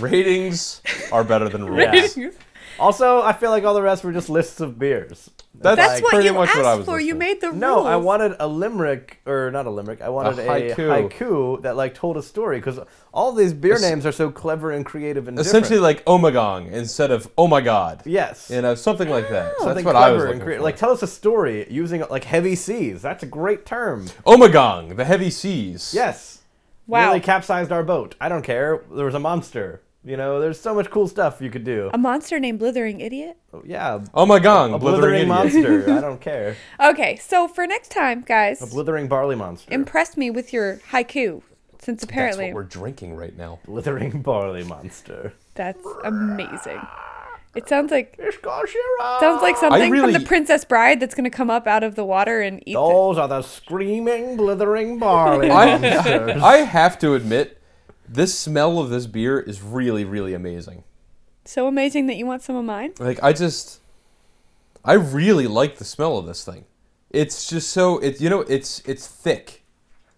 [SPEAKER 3] Ratings are better than rules.
[SPEAKER 2] Yeah. Also, I feel like all the rest were just lists of beers.
[SPEAKER 3] That's
[SPEAKER 1] That's
[SPEAKER 2] Like-
[SPEAKER 1] what
[SPEAKER 3] pretty
[SPEAKER 1] you
[SPEAKER 3] much
[SPEAKER 1] asked
[SPEAKER 3] what I was
[SPEAKER 1] for. You
[SPEAKER 3] listening.
[SPEAKER 1] made the rules.
[SPEAKER 2] No, I wanted a limerick, or not a limerick. I wanted a haiku,
[SPEAKER 3] haiku.
[SPEAKER 2] that like told a story because all these beer
[SPEAKER 3] Es-
[SPEAKER 2] names are so clever and creative and
[SPEAKER 3] Essentially
[SPEAKER 2] different.
[SPEAKER 3] like Omagong instead of Oh my God.
[SPEAKER 2] yes,
[SPEAKER 3] You know, something like that.
[SPEAKER 1] Oh,
[SPEAKER 3] So that's
[SPEAKER 2] Something
[SPEAKER 3] what I was
[SPEAKER 2] clever
[SPEAKER 3] looking
[SPEAKER 2] and creative.
[SPEAKER 3] for.
[SPEAKER 2] Like tell us a story using like heavy C's. That's a great term.
[SPEAKER 3] Omagong, the heavy seas.
[SPEAKER 2] Yes.
[SPEAKER 1] Wow.
[SPEAKER 2] Nearly capsized our boat. I don't care. There was a monster. You know, there's so much cool stuff you could do.
[SPEAKER 1] A monster named Blithering Idiot?
[SPEAKER 2] Oh, yeah,
[SPEAKER 3] Oh my god,
[SPEAKER 2] a
[SPEAKER 3] blithering,
[SPEAKER 2] blithering
[SPEAKER 3] idiot.
[SPEAKER 2] monster. I don't care.
[SPEAKER 1] Okay, so for next time, guys,
[SPEAKER 2] A blithering barley monster.
[SPEAKER 1] impress me with your haiku, since
[SPEAKER 3] That's
[SPEAKER 1] apparently
[SPEAKER 3] what we're drinking right now.
[SPEAKER 2] blithering barley monster.
[SPEAKER 1] that's amazing. It sounds like
[SPEAKER 2] Iskashira!
[SPEAKER 1] sounds like something from
[SPEAKER 3] really-
[SPEAKER 1] the Princess Bride that's gonna come up out of the water and eat. the-
[SPEAKER 2] Those are the screaming blithering barley
[SPEAKER 3] I-
[SPEAKER 2] monsters.
[SPEAKER 3] I have to admit, this smell of this beer is really, really amazing.
[SPEAKER 1] So amazing that you want some of mine.
[SPEAKER 3] Like I just, I really like the smell of this thing. It's just so it you know it's it's thick.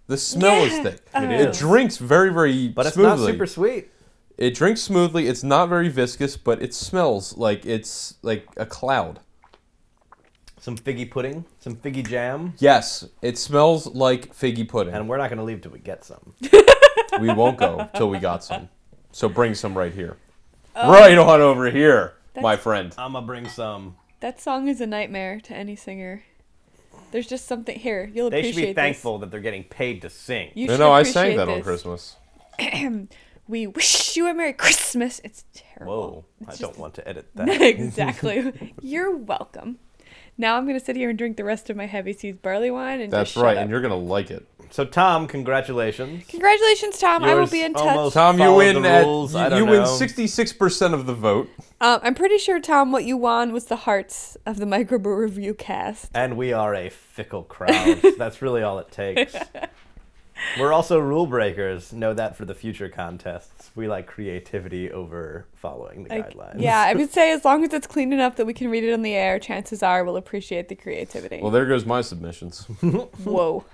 [SPEAKER 3] The smell
[SPEAKER 1] Yeah.
[SPEAKER 3] is thick.
[SPEAKER 1] It
[SPEAKER 3] It,
[SPEAKER 1] is.
[SPEAKER 3] drinks very very
[SPEAKER 2] but it's not
[SPEAKER 3] smoothly.
[SPEAKER 2] super sweet.
[SPEAKER 3] It drinks smoothly. It's not very viscous, but it smells like it's like a cloud.
[SPEAKER 2] Some figgy pudding, some figgy jam,
[SPEAKER 3] Yes, it smells like figgy pudding.
[SPEAKER 2] and we're not going to leave till we get some.
[SPEAKER 3] we won't go till we got some. So bring some right here.
[SPEAKER 1] Oh.
[SPEAKER 3] right on over here, my friend.
[SPEAKER 2] I'm going to bring some.
[SPEAKER 1] That song is a nightmare to any singer. There's just something here. You'll
[SPEAKER 4] They
[SPEAKER 1] appreciate
[SPEAKER 4] should be
[SPEAKER 1] this.
[SPEAKER 4] thankful that they're getting paid to sing.
[SPEAKER 1] You
[SPEAKER 3] You
[SPEAKER 1] should
[SPEAKER 3] know, I
[SPEAKER 1] appreciate
[SPEAKER 3] sang that on
[SPEAKER 1] this.
[SPEAKER 3] Christmas.
[SPEAKER 1] We wish you a Merry Christmas. It's
[SPEAKER 4] Whoa,
[SPEAKER 1] terrible.
[SPEAKER 4] I
[SPEAKER 1] It's
[SPEAKER 4] don't
[SPEAKER 1] just-
[SPEAKER 4] want to edit that.
[SPEAKER 1] exactly. You're welcome. Now I'm gonna sit here and drink the rest of my heavy seas barley wine and
[SPEAKER 3] That's
[SPEAKER 1] just
[SPEAKER 3] right,
[SPEAKER 1] Shut
[SPEAKER 3] and
[SPEAKER 1] up.
[SPEAKER 3] you're gonna like it.
[SPEAKER 2] So, Tom, congratulations.
[SPEAKER 1] Congratulations, Tom. I will
[SPEAKER 2] Yours
[SPEAKER 1] be in touch.
[SPEAKER 2] almost-
[SPEAKER 3] Tom, you
[SPEAKER 2] Follow
[SPEAKER 3] win
[SPEAKER 2] the
[SPEAKER 3] at
[SPEAKER 2] rules,
[SPEAKER 3] you,
[SPEAKER 2] I don't
[SPEAKER 3] you win
[SPEAKER 2] know.
[SPEAKER 3] 66% of the vote.
[SPEAKER 1] Um, I'm pretty sure, Tom, what you won was the hearts of the microbrew review cast.
[SPEAKER 2] And we are a fickle crowd. That's really all it takes. We're also rule breakers. Know that for the future contests. We like creativity over following the
[SPEAKER 1] Like,
[SPEAKER 2] guidelines.
[SPEAKER 1] yeah, I would say as long as it's clean enough that we can read it on the air, chances are we'll appreciate the creativity.
[SPEAKER 3] Well, there goes my submissions.
[SPEAKER 1] Whoa.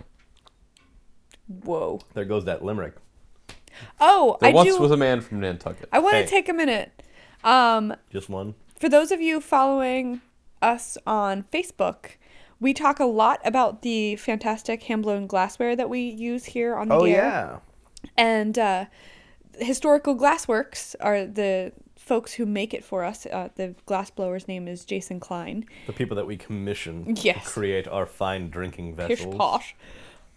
[SPEAKER 1] Whoa.
[SPEAKER 2] There goes that limerick.
[SPEAKER 1] Oh,
[SPEAKER 3] There
[SPEAKER 1] I
[SPEAKER 3] once
[SPEAKER 1] do.
[SPEAKER 3] was a man from Nantucket.
[SPEAKER 1] I want to
[SPEAKER 2] Hey.
[SPEAKER 1] take a minute. Um,
[SPEAKER 2] Just one.
[SPEAKER 1] for those of you following us on Facebook, we talk a lot about the fantastic hand-blown glassware that we use here on the
[SPEAKER 2] Oh
[SPEAKER 1] air.
[SPEAKER 2] yeah.
[SPEAKER 1] And uh, Historical Glassworks are the folks who make it for us. Uh, the glassblower's name is Jason Klein.
[SPEAKER 2] The people that we commission
[SPEAKER 1] Yes.
[SPEAKER 2] to create our fine drinking
[SPEAKER 1] Pish
[SPEAKER 2] vessels.
[SPEAKER 1] posh.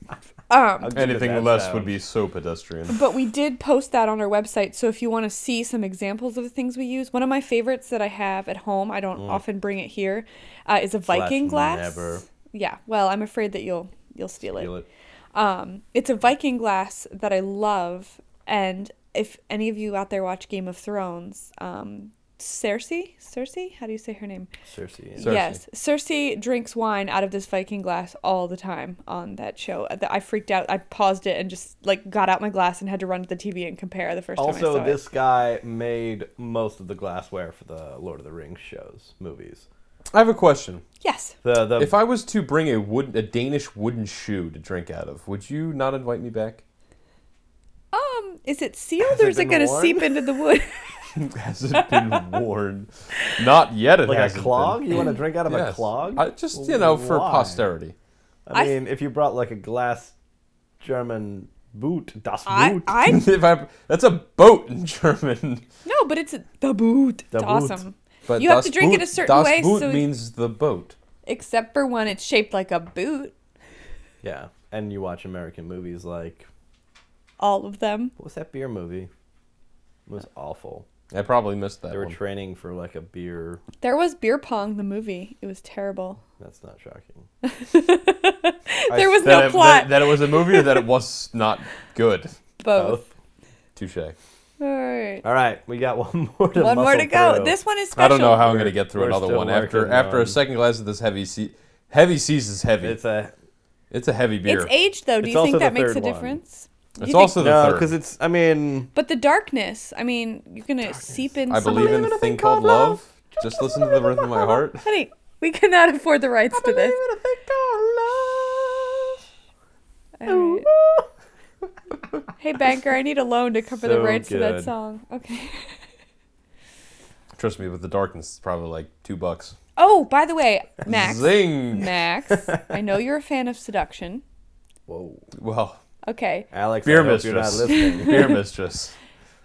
[SPEAKER 1] Um,
[SPEAKER 2] I'll give you
[SPEAKER 3] Anything
[SPEAKER 2] that
[SPEAKER 3] less
[SPEAKER 2] sound.
[SPEAKER 3] would be so pedestrian.
[SPEAKER 1] But we did post that on our website, so if you want to see some examples of the things we use, one of my favorites that I have at home, I don't often bring it here, uh, is a Viking glass.
[SPEAKER 2] Mm. never.
[SPEAKER 1] Yeah, well, I'm afraid that you'll you'll steal it.
[SPEAKER 2] Feel it.
[SPEAKER 1] Um, it's a Viking glass that I love, and if any of you out there watch Game of Thrones, um, Cersei, Cersei, how do you say her name?
[SPEAKER 2] Cersei.
[SPEAKER 3] Cersei.
[SPEAKER 1] Yes, Cersei drinks wine out of this Viking glass all the time on that show. Uh, Th- I freaked out. I paused it and just like got out my glass and had to run to the TV and compare the first time I
[SPEAKER 2] Also,
[SPEAKER 1] saw
[SPEAKER 2] this guy made most of the glassware for the Lord of the Rings shows, movies.
[SPEAKER 3] I have a question.
[SPEAKER 1] it. Yes,
[SPEAKER 2] The the
[SPEAKER 3] If I was to bring a wood, a Danish wooden shoe to drink out of, would you not invite me back?
[SPEAKER 1] um, is it sealed
[SPEAKER 2] Has
[SPEAKER 1] or
[SPEAKER 2] it
[SPEAKER 1] is it
[SPEAKER 2] been
[SPEAKER 1] gonna
[SPEAKER 2] worn?
[SPEAKER 1] seep into the wood?
[SPEAKER 3] Has it been worn? Not yet. It
[SPEAKER 2] like a
[SPEAKER 3] hasn't
[SPEAKER 2] clog?
[SPEAKER 3] been.
[SPEAKER 2] You want to drink out of a
[SPEAKER 3] Yes.
[SPEAKER 2] clog?
[SPEAKER 3] I, just you know, for
[SPEAKER 2] Why?
[SPEAKER 3] posterity.
[SPEAKER 2] I
[SPEAKER 1] I-
[SPEAKER 2] mean, if you brought like a glass German boot, das
[SPEAKER 1] I,
[SPEAKER 2] Boot,
[SPEAKER 1] I
[SPEAKER 3] if I, that's a boat in German.
[SPEAKER 1] no, but it's the boot.
[SPEAKER 2] The
[SPEAKER 1] it's
[SPEAKER 2] boot.
[SPEAKER 1] awesome.
[SPEAKER 3] But
[SPEAKER 1] You have to
[SPEAKER 3] das
[SPEAKER 1] drink it
[SPEAKER 3] Boot-
[SPEAKER 1] a certain
[SPEAKER 3] das
[SPEAKER 1] way,
[SPEAKER 3] Boot
[SPEAKER 1] so-
[SPEAKER 3] means the boat.
[SPEAKER 1] Except for when it's shaped like a boot,
[SPEAKER 2] yeah, and you watch American movies like
[SPEAKER 1] all of them.
[SPEAKER 2] what was that beer movie? It was awful.
[SPEAKER 3] I probably missed that
[SPEAKER 2] They were
[SPEAKER 3] one.
[SPEAKER 2] training for like a beer.
[SPEAKER 1] There was beer pong the movie. It was terrible.
[SPEAKER 2] That's not shocking.
[SPEAKER 1] there was
[SPEAKER 3] that
[SPEAKER 1] no
[SPEAKER 3] it,
[SPEAKER 1] plot.
[SPEAKER 3] That, that it was a movie or that it was not good.
[SPEAKER 1] Both.
[SPEAKER 3] Touche.
[SPEAKER 1] All right.
[SPEAKER 2] All right, we got one more to
[SPEAKER 1] One more
[SPEAKER 2] muscle
[SPEAKER 1] to go.
[SPEAKER 2] through.
[SPEAKER 1] This one is special.
[SPEAKER 3] I don't know how I'm
[SPEAKER 2] We're-
[SPEAKER 3] going to get through
[SPEAKER 2] we're
[SPEAKER 3] another
[SPEAKER 2] still
[SPEAKER 3] one after
[SPEAKER 2] working
[SPEAKER 3] after
[SPEAKER 2] on-
[SPEAKER 3] a second glass of this heavy sea. Heavy seas is heavy.
[SPEAKER 2] It's
[SPEAKER 3] It's,
[SPEAKER 2] a
[SPEAKER 3] a heavy beer.
[SPEAKER 1] It's aged though. Do
[SPEAKER 2] It's
[SPEAKER 1] you
[SPEAKER 2] also
[SPEAKER 1] think that
[SPEAKER 2] the
[SPEAKER 1] makes a
[SPEAKER 2] third one.
[SPEAKER 1] difference? Do you
[SPEAKER 3] It's
[SPEAKER 1] think-
[SPEAKER 3] also the
[SPEAKER 2] no,
[SPEAKER 3] third.
[SPEAKER 2] because it's. I mean,
[SPEAKER 1] But the darkness. I mean, you're gonna seep in.
[SPEAKER 3] I
[SPEAKER 1] some-
[SPEAKER 3] believe in a thing called love. Just listen to the rhythm of my heart.
[SPEAKER 1] Honey, we cannot afford the rights to this.
[SPEAKER 2] Oh,
[SPEAKER 1] All right. Hey banker, I need a loan to cover the
[SPEAKER 2] So
[SPEAKER 1] rights to that
[SPEAKER 2] good.
[SPEAKER 1] song. Okay.
[SPEAKER 3] Trust me, with the darkness, it's probably like two bucks.
[SPEAKER 1] Oh, by the way, Max.
[SPEAKER 3] Zing.
[SPEAKER 1] Max, I know you're a fan of seduction.
[SPEAKER 2] whoa,
[SPEAKER 3] Well,
[SPEAKER 1] okay.
[SPEAKER 2] Alex,
[SPEAKER 3] beer
[SPEAKER 2] I hope you're not
[SPEAKER 3] mistress.
[SPEAKER 2] listening.
[SPEAKER 3] Beer mistress.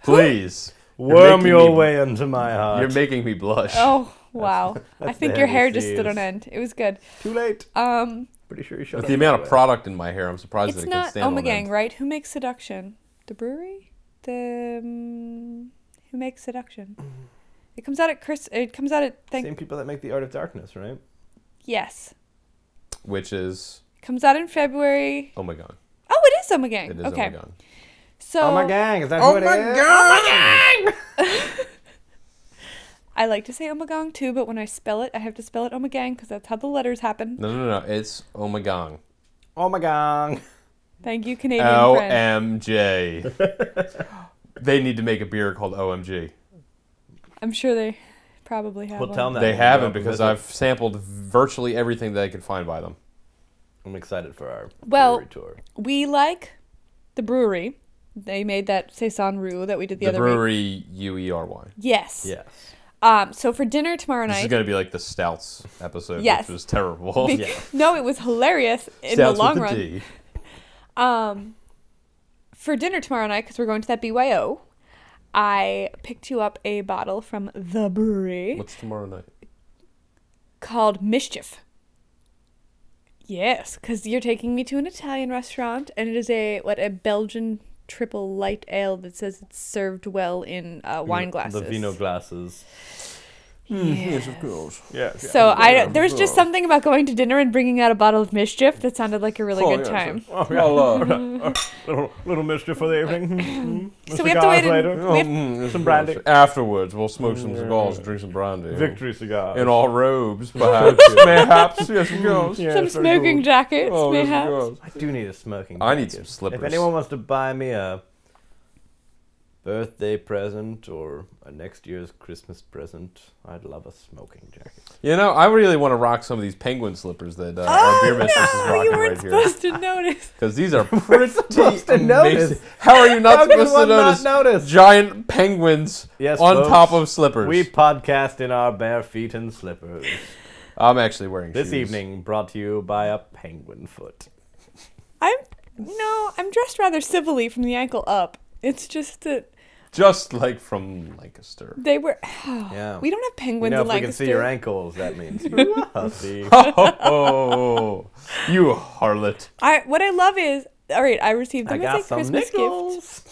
[SPEAKER 3] Please. You're
[SPEAKER 2] Worm
[SPEAKER 3] making
[SPEAKER 2] your
[SPEAKER 3] me-
[SPEAKER 2] way into my heart.
[SPEAKER 3] You're making me blush.
[SPEAKER 1] Oh wow. I
[SPEAKER 2] that's
[SPEAKER 1] think
[SPEAKER 2] the
[SPEAKER 1] your
[SPEAKER 2] heavy
[SPEAKER 1] hair just stood
[SPEAKER 2] seas.
[SPEAKER 1] on end. It was good.
[SPEAKER 2] Too late.
[SPEAKER 1] Um,
[SPEAKER 2] Pretty sure you shut
[SPEAKER 3] With
[SPEAKER 2] up
[SPEAKER 3] the amount of
[SPEAKER 2] anyway.
[SPEAKER 3] product in my hair, I'm surprised
[SPEAKER 1] it's
[SPEAKER 3] that it can
[SPEAKER 1] not oh
[SPEAKER 3] stand on
[SPEAKER 1] Omegang,
[SPEAKER 3] end.
[SPEAKER 1] right? Who makes seduction? The brewery? The um, who makes Seduction. It comes out at Chris. It comes out at thank.
[SPEAKER 2] Same people that make the Art of Darkness, right?
[SPEAKER 1] Yes,
[SPEAKER 3] which is
[SPEAKER 1] it comes out in February.
[SPEAKER 3] oh my god,
[SPEAKER 1] Oh, it is Oma Gang.
[SPEAKER 3] it is
[SPEAKER 1] okay,
[SPEAKER 3] oh my god.
[SPEAKER 1] so
[SPEAKER 2] oh my gang, is that who it is? Oh
[SPEAKER 1] I like to say Omegang too, but when I spell it, I have to spell it oh Omegang because that's how the letters happen.
[SPEAKER 3] No, no, no, no. It's oh my god.
[SPEAKER 2] Oh my gang.
[SPEAKER 1] Thank you, Canadian
[SPEAKER 3] Oh,
[SPEAKER 1] friend.
[SPEAKER 3] OMG. they need to make a beer called OMG.
[SPEAKER 1] I'm sure they probably have.
[SPEAKER 2] We'll
[SPEAKER 1] one.
[SPEAKER 2] tell them that.
[SPEAKER 3] They
[SPEAKER 2] when we go
[SPEAKER 3] haven't
[SPEAKER 2] up and
[SPEAKER 3] because
[SPEAKER 2] visit.
[SPEAKER 3] I've sampled virtually everything that I could find by them.
[SPEAKER 2] I'm excited for our
[SPEAKER 1] Well,
[SPEAKER 2] brewery tour.
[SPEAKER 1] We like the brewery. They made that saison roux that we did the,
[SPEAKER 3] The,
[SPEAKER 1] other week.
[SPEAKER 3] brewery U E R Y.
[SPEAKER 1] Yes.
[SPEAKER 2] Yes.
[SPEAKER 1] Um. So for dinner tomorrow
[SPEAKER 3] This is
[SPEAKER 1] night.
[SPEAKER 3] gonna be like the stouts episode,
[SPEAKER 1] Yes.
[SPEAKER 3] which was terrible.
[SPEAKER 1] be- No, it was hilarious in the long run. Um, for dinner tomorrow night, because we're going to that BYO, I picked you up a bottle from the brewery
[SPEAKER 3] What's tomorrow night?
[SPEAKER 1] called Mischief. Yes, because you're taking me to an Italian restaurant, and it is a what a Belgian triple light ale that says it's served well in uh, wine glasses.
[SPEAKER 2] The vino glasses.
[SPEAKER 3] Hmm, Yes, of course.
[SPEAKER 2] Yeah.
[SPEAKER 1] So I there was just something about going to dinner and bringing out a bottle of Mischief that sounded like a really good time.
[SPEAKER 2] Oh,
[SPEAKER 3] Mm-hmm.
[SPEAKER 2] little, little mischief for the evening. Hmm?
[SPEAKER 1] So we have to wait and- we have-
[SPEAKER 3] Mm-hmm.
[SPEAKER 2] Some brandy.
[SPEAKER 3] Afterwards, we'll smoke some cigars, drink some brandy.
[SPEAKER 1] Oh.
[SPEAKER 2] cigar.
[SPEAKER 3] In all robes, perhaps. Perhaps, yes, of course.
[SPEAKER 1] some smoking jackets,
[SPEAKER 3] Oh, yes, of
[SPEAKER 1] mayhaps.
[SPEAKER 3] course.
[SPEAKER 2] I do need a smoking.
[SPEAKER 3] I need
[SPEAKER 2] jacket.
[SPEAKER 3] some slippers.
[SPEAKER 2] If anyone wants to buy me a birthday present or a next year's Christmas present, I'd love a smoking jacket.
[SPEAKER 3] You know, I really want to rock some of these penguin slippers that uh,
[SPEAKER 2] Oh,
[SPEAKER 3] our beer mistress is
[SPEAKER 1] Oh, you
[SPEAKER 3] rocking
[SPEAKER 1] weren't
[SPEAKER 3] right here.
[SPEAKER 1] supposed to notice.
[SPEAKER 3] Because these are pretty
[SPEAKER 2] supposed to notice.
[SPEAKER 3] amazing. How are you not
[SPEAKER 2] How could
[SPEAKER 3] supposed to
[SPEAKER 2] one not
[SPEAKER 3] notice,
[SPEAKER 2] notice?
[SPEAKER 3] giant penguins
[SPEAKER 2] Yes,
[SPEAKER 3] on
[SPEAKER 2] folks.
[SPEAKER 3] top of slippers?
[SPEAKER 2] We podcast in our bare feet and slippers.
[SPEAKER 3] I'm actually wearing
[SPEAKER 2] This
[SPEAKER 3] shoes.
[SPEAKER 2] evening brought to you by a penguin foot.
[SPEAKER 1] I'm no, I'm dressed rather civilly from the ankle up. It's just that
[SPEAKER 3] Just like from Lancaster.
[SPEAKER 1] they were.
[SPEAKER 2] Yeah.
[SPEAKER 1] We don't have penguins
[SPEAKER 2] You know,
[SPEAKER 1] in
[SPEAKER 2] if we can
[SPEAKER 1] Lancaster.
[SPEAKER 2] see your ankles, that means you hussy.
[SPEAKER 3] Oh, you harlot.
[SPEAKER 1] I what I love is all right. I received
[SPEAKER 2] I
[SPEAKER 1] them
[SPEAKER 2] got
[SPEAKER 1] as a
[SPEAKER 2] some
[SPEAKER 1] Christmas gift.
[SPEAKER 2] nickels.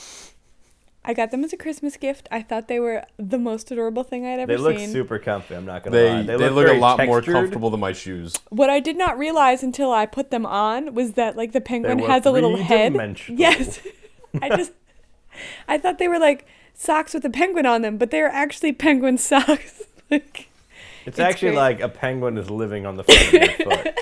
[SPEAKER 1] I got them as a Christmas gift. I thought they were the most adorable thing I'd ever
[SPEAKER 2] They look
[SPEAKER 1] seen.
[SPEAKER 2] super comfy. I'm not gonna
[SPEAKER 3] They,
[SPEAKER 2] lie.
[SPEAKER 3] they, look, a
[SPEAKER 2] very
[SPEAKER 3] lot
[SPEAKER 2] textured.
[SPEAKER 3] more comfortable than my shoes.
[SPEAKER 1] What I did not realize until I put them on was that like the penguin
[SPEAKER 2] were
[SPEAKER 1] has a little head.
[SPEAKER 2] three-dimensional.
[SPEAKER 1] Yes. I just I thought they were like socks with a penguin on them, but they are actually penguin socks. like
[SPEAKER 2] It's,
[SPEAKER 1] It's
[SPEAKER 2] actually
[SPEAKER 1] great.
[SPEAKER 2] like a penguin is living on the front of your foot.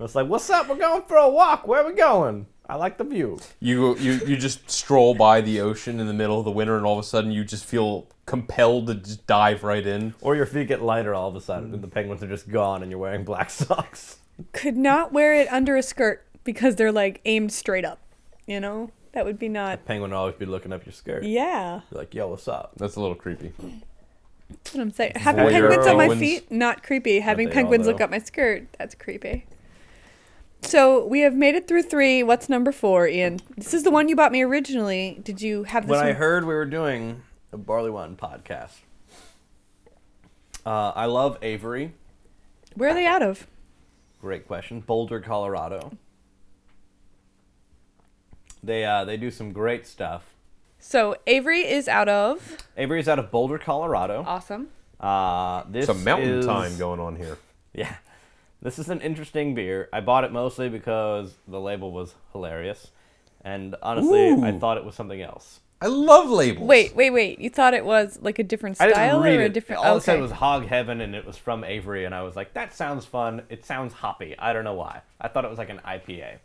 [SPEAKER 2] It's like, what's up? We're going for a walk. Where are we going? I like the view.
[SPEAKER 3] You, you you just stroll by the ocean in the middle of the winter, and all of a sudden you just feel compelled to just dive right in.
[SPEAKER 2] Or your feet get lighter all of a sudden, and the penguins are just gone, and you're wearing black socks.
[SPEAKER 1] could not wear it under a skirt because they're like aimed straight up. You know? That would be not
[SPEAKER 2] Penguin will always be looking up your skirt.
[SPEAKER 1] Yeah.
[SPEAKER 2] You're like, yo, what's up?
[SPEAKER 3] That's a little creepy.
[SPEAKER 1] That's what I'm saying. Having
[SPEAKER 3] Voyeur
[SPEAKER 1] penguins on my
[SPEAKER 3] penguins.
[SPEAKER 1] feet, not creepy. Having
[SPEAKER 2] they all,
[SPEAKER 1] penguins look
[SPEAKER 2] though.
[SPEAKER 1] up my skirt, that's creepy. So we have made it through three. What's number four, Ian? This is the one you bought me originally. Did you have this
[SPEAKER 2] When
[SPEAKER 1] one?
[SPEAKER 2] I heard we were doing a Barley Wine podcast, uh, I love Avery.
[SPEAKER 1] Where are they out of?
[SPEAKER 2] Great question. Boulder, Colorado. They uh, they do some great stuff.
[SPEAKER 1] So Avery is out of.
[SPEAKER 2] Avery's out of Boulder, Colorado.
[SPEAKER 1] Awesome.
[SPEAKER 2] Uh, this
[SPEAKER 3] It's a mountain
[SPEAKER 2] is-
[SPEAKER 3] time going on here.
[SPEAKER 2] Yeah. This is an interesting beer. I bought it mostly because the label was hilarious. And honestly, I
[SPEAKER 3] Ooh.
[SPEAKER 2] thought it was something else.
[SPEAKER 3] I love labels.
[SPEAKER 1] Wait, wait, wait. You thought it was like a different
[SPEAKER 2] I
[SPEAKER 1] style
[SPEAKER 2] didn't read
[SPEAKER 1] or a
[SPEAKER 2] it.
[SPEAKER 1] different.
[SPEAKER 2] All it
[SPEAKER 1] okay.
[SPEAKER 2] said was Hog Heaven, and it was from Avery, and I was like, that sounds fun. It sounds hoppy. I don't know why. I thought it was like an IPA.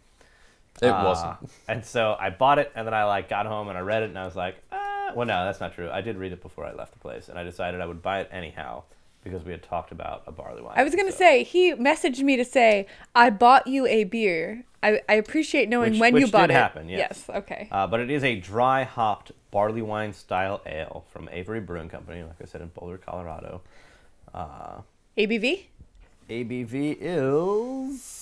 [SPEAKER 3] It
[SPEAKER 2] Uh,
[SPEAKER 3] wasn't.
[SPEAKER 2] And so I bought it, and then I like got home and I read it, and I was like, uh, well, no, that's not true. I did read it before I left the place, and I decided I would buy it anyhow because we had talked about a barley wine.
[SPEAKER 1] I was gonna
[SPEAKER 2] so-
[SPEAKER 1] say he messaged me to say I bought you a beer. I, I appreciate knowing
[SPEAKER 2] Which-
[SPEAKER 1] when you
[SPEAKER 2] which
[SPEAKER 1] bought it.
[SPEAKER 2] did happen, yes.
[SPEAKER 1] Okay.
[SPEAKER 2] Uh, but it is a dry hopped barley wine style ale from Avery Brewing Company, like I said, in Boulder, Colorado. Uh,
[SPEAKER 1] ABV.
[SPEAKER 2] ABV is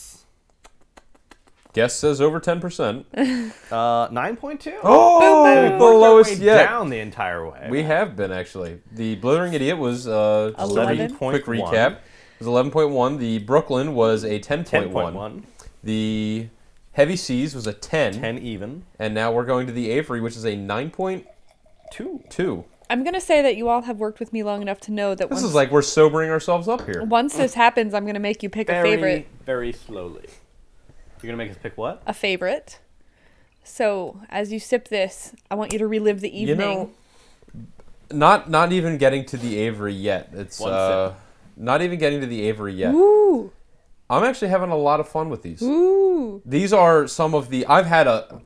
[SPEAKER 3] Guest says over 10%.
[SPEAKER 2] uh, 9.2.
[SPEAKER 3] Oh,
[SPEAKER 2] We've
[SPEAKER 3] the
[SPEAKER 2] worked our
[SPEAKER 3] lowest
[SPEAKER 2] way
[SPEAKER 3] yet.
[SPEAKER 2] Down the entire way.
[SPEAKER 3] We have been actually. The Blithering Idiot was uh, just a
[SPEAKER 1] Eleven.
[SPEAKER 3] quick
[SPEAKER 2] 11.1.
[SPEAKER 3] recap. It was 11.1. The Brooklyn was a 10.1.
[SPEAKER 2] 10.1.
[SPEAKER 3] The Heavy Seas was a 10,
[SPEAKER 2] 10 even.
[SPEAKER 3] and now we're going to the Avery, which is a 9.2.
[SPEAKER 2] 2.
[SPEAKER 1] I'm gonna say that you all have worked with me long enough to know that
[SPEAKER 3] This
[SPEAKER 1] once,
[SPEAKER 3] is like we're sobering ourselves up here.
[SPEAKER 1] once this happens, I'm gonna make you pick a
[SPEAKER 4] Very,
[SPEAKER 1] favorite.
[SPEAKER 4] very slowly. You're gonna make us pick what?
[SPEAKER 1] A favorite. So as you sip this, I want you to relive the
[SPEAKER 3] You
[SPEAKER 1] evening.
[SPEAKER 3] know, not not even getting to the Avery yet. It's
[SPEAKER 4] One
[SPEAKER 3] uh, not even getting to the Avery yet.
[SPEAKER 1] Ooh,
[SPEAKER 3] I'm actually having a lot of fun with these.
[SPEAKER 1] ooh.
[SPEAKER 3] These are some of the I've had a.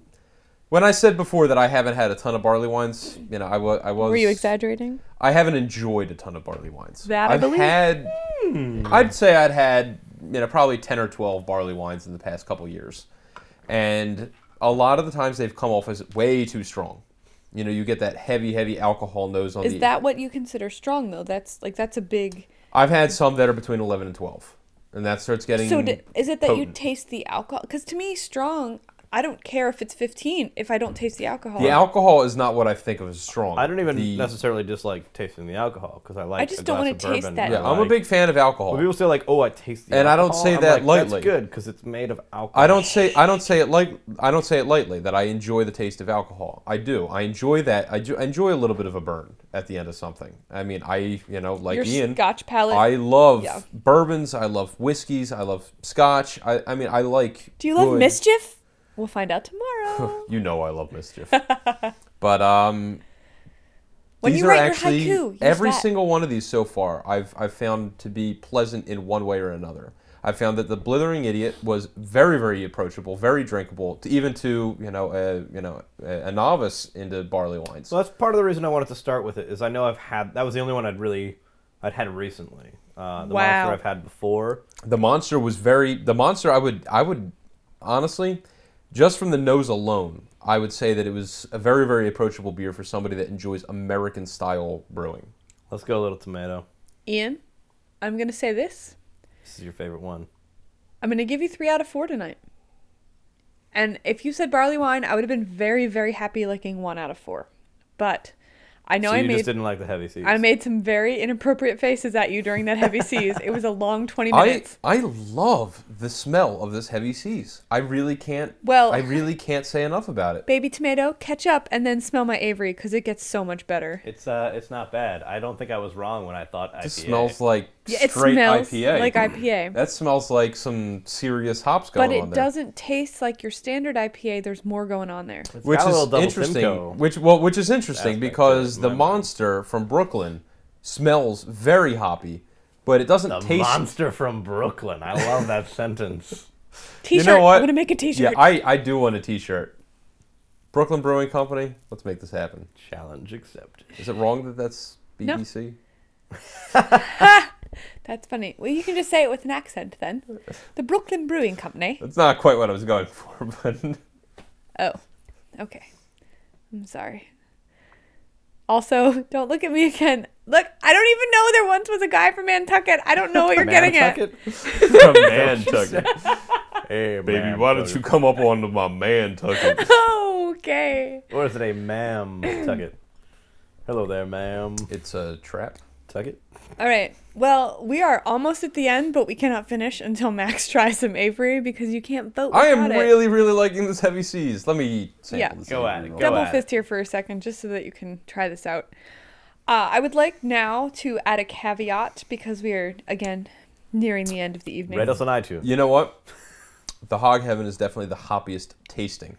[SPEAKER 3] When I said before that I haven't had a ton of barley wines, you know, I was I was
[SPEAKER 1] Were you exaggerating?
[SPEAKER 3] I haven't enjoyed a ton of barley wines.
[SPEAKER 1] That I
[SPEAKER 3] have
[SPEAKER 1] believe. Hmm.
[SPEAKER 3] had. I'd say I'd had you know probably ten or twelve barley wines in the past couple years, and a lot of the times they've come off as way too strong. You know, you get that heavy, heavy alcohol nose on
[SPEAKER 1] Is
[SPEAKER 3] the.
[SPEAKER 1] that what you consider strong though? That's like that's a big.
[SPEAKER 3] I've had some that are between eleven and twelve, and that starts getting.
[SPEAKER 1] So d is it that you
[SPEAKER 3] potent.
[SPEAKER 1] taste the alcohol? Because to me, strong. I don't care if it's 15 if I don't taste the alcohol.
[SPEAKER 3] the alcohol is not what I think of as strong.
[SPEAKER 2] I don't even
[SPEAKER 3] The-
[SPEAKER 2] necessarily dislike tasting the alcohol because I like.
[SPEAKER 1] I just
[SPEAKER 2] a
[SPEAKER 1] don't
[SPEAKER 2] glass
[SPEAKER 1] wanna
[SPEAKER 2] of
[SPEAKER 1] taste
[SPEAKER 2] bourbon.
[SPEAKER 1] that.
[SPEAKER 3] Yeah,
[SPEAKER 2] I
[SPEAKER 3] I'm a
[SPEAKER 2] like-
[SPEAKER 3] big fan of alcohol.
[SPEAKER 2] When people say like, "Oh, I taste the,"
[SPEAKER 3] And I don't
[SPEAKER 2] alcohol,
[SPEAKER 3] say
[SPEAKER 2] I'm
[SPEAKER 3] that
[SPEAKER 2] like,
[SPEAKER 3] lightly.
[SPEAKER 2] That's good because it's made of alcohol.
[SPEAKER 3] I don't say I don't say it like I don't say it lightly that I enjoy the taste of alcohol. I do. I enjoy that. I, do, I enjoy a little bit of a burn at the end of something. I mean, I you know like
[SPEAKER 1] Your
[SPEAKER 3] Ian,
[SPEAKER 1] Scotch palate.
[SPEAKER 3] I love
[SPEAKER 1] Yeah.
[SPEAKER 3] bourbons. I love whiskeys. I love Scotch. I, I mean, I like.
[SPEAKER 1] Do you love
[SPEAKER 3] good-
[SPEAKER 1] mischief? We'll find out tomorrow.
[SPEAKER 3] You know, I love mischief. but um,
[SPEAKER 1] when
[SPEAKER 3] these
[SPEAKER 1] you
[SPEAKER 3] are
[SPEAKER 1] write
[SPEAKER 3] actually
[SPEAKER 1] your haiku, use
[SPEAKER 3] every
[SPEAKER 1] that.
[SPEAKER 3] single one of these so far I've I've found to be pleasant in one way or another. I found that the blithering idiot was very very approachable, very drinkable, to, even to you know a you know a, a novice into barley wines.
[SPEAKER 2] So that's part of the reason I wanted to start with it is I know I've had that was the only one I'd really I'd had recently. Uh, the
[SPEAKER 1] Wow.
[SPEAKER 2] monster I've had before.
[SPEAKER 3] the monster was very the monster I would I would honestly just from the nose alone I would say that it was a very very approachable beer for somebody that enjoys American style brewing.
[SPEAKER 2] Let's go a little tomato.
[SPEAKER 1] Ian, I'm gonna say this.
[SPEAKER 2] This is your favorite one.
[SPEAKER 1] I'm gonna give you three out of four tonight. And if you said barley wine, I would have been very, very happy licking one out of four. But I know
[SPEAKER 2] so
[SPEAKER 1] I
[SPEAKER 2] you
[SPEAKER 1] made
[SPEAKER 2] just didn't like the heavy seeds.
[SPEAKER 1] I made some very inappropriate faces at you during that heavy seas. It was a long 20
[SPEAKER 3] I,
[SPEAKER 1] minutes.
[SPEAKER 3] I love the smell of this heavy seas. I really can't.
[SPEAKER 1] Well-
[SPEAKER 3] I really can't say enough about it.
[SPEAKER 1] Baby tomato, catch up, and then smell my Avery because it gets so much better.
[SPEAKER 4] It's uh, it's not bad. I don't think I was wrong when I thought IPA.
[SPEAKER 3] It smells like
[SPEAKER 1] Yeah, it
[SPEAKER 3] straight
[SPEAKER 1] smells
[SPEAKER 3] IPA.
[SPEAKER 1] like IPA.
[SPEAKER 3] that smells like some serious hops going
[SPEAKER 1] But
[SPEAKER 3] on
[SPEAKER 1] it
[SPEAKER 3] there.
[SPEAKER 1] doesn't taste like your standard IPA. There's more going on there.
[SPEAKER 3] which
[SPEAKER 2] got a
[SPEAKER 3] is
[SPEAKER 2] little double
[SPEAKER 3] interesting.
[SPEAKER 2] Simcoe
[SPEAKER 3] Which well, which is interesting
[SPEAKER 2] aspect to it
[SPEAKER 3] because
[SPEAKER 2] in
[SPEAKER 3] the
[SPEAKER 2] my mind.
[SPEAKER 3] monster from Brooklyn smells very hoppy, but it doesn't
[SPEAKER 4] the
[SPEAKER 3] taste.
[SPEAKER 4] monster from Brooklyn. I love that sentence.
[SPEAKER 1] T-shirt.
[SPEAKER 3] what?
[SPEAKER 1] I'm gonna make a T-shirt.
[SPEAKER 3] yeah, I, I do want a T-shirt. Brooklyn Brewing Company. Let's make this happen.
[SPEAKER 4] Challenge accepted.
[SPEAKER 3] Is it wrong that that's
[SPEAKER 1] No.
[SPEAKER 3] BBC?
[SPEAKER 1] That's funny. Well, you can just say it with an accent then. The Brooklyn Brewing Company.
[SPEAKER 3] That's not quite what I was going for, but.
[SPEAKER 1] Oh, okay. I'm sorry. Also, don't look at me again. Look, I don't even know there once was a guy from Nantucket. I don't know what you're getting at.
[SPEAKER 3] from Nantucket.
[SPEAKER 2] Hey,
[SPEAKER 3] Baby, why don't you come up onto my Nantucket?
[SPEAKER 1] okay.
[SPEAKER 2] Or is it a ma'am Tucket? Hello there, ma'am
[SPEAKER 3] It's a trap.
[SPEAKER 2] Tucket.
[SPEAKER 1] All right. Well, we are almost at the end, but we cannot finish until Max tries some Avery because you can't vote.
[SPEAKER 3] I am
[SPEAKER 1] without it.
[SPEAKER 3] really, really liking this heavy seas. Let me sample
[SPEAKER 1] Yeah.
[SPEAKER 3] this.
[SPEAKER 4] Go
[SPEAKER 3] thing
[SPEAKER 4] at it,
[SPEAKER 3] real
[SPEAKER 4] go
[SPEAKER 3] quick.
[SPEAKER 1] double
[SPEAKER 4] at it.
[SPEAKER 1] fist here for a second just so that you can try this out. Uh, I would like now to add a caveat because we are, again, nearing the end of the evening.
[SPEAKER 2] Rate us on iTunes.
[SPEAKER 3] You know what? The Hog Heaven is definitely the hoppiest tasting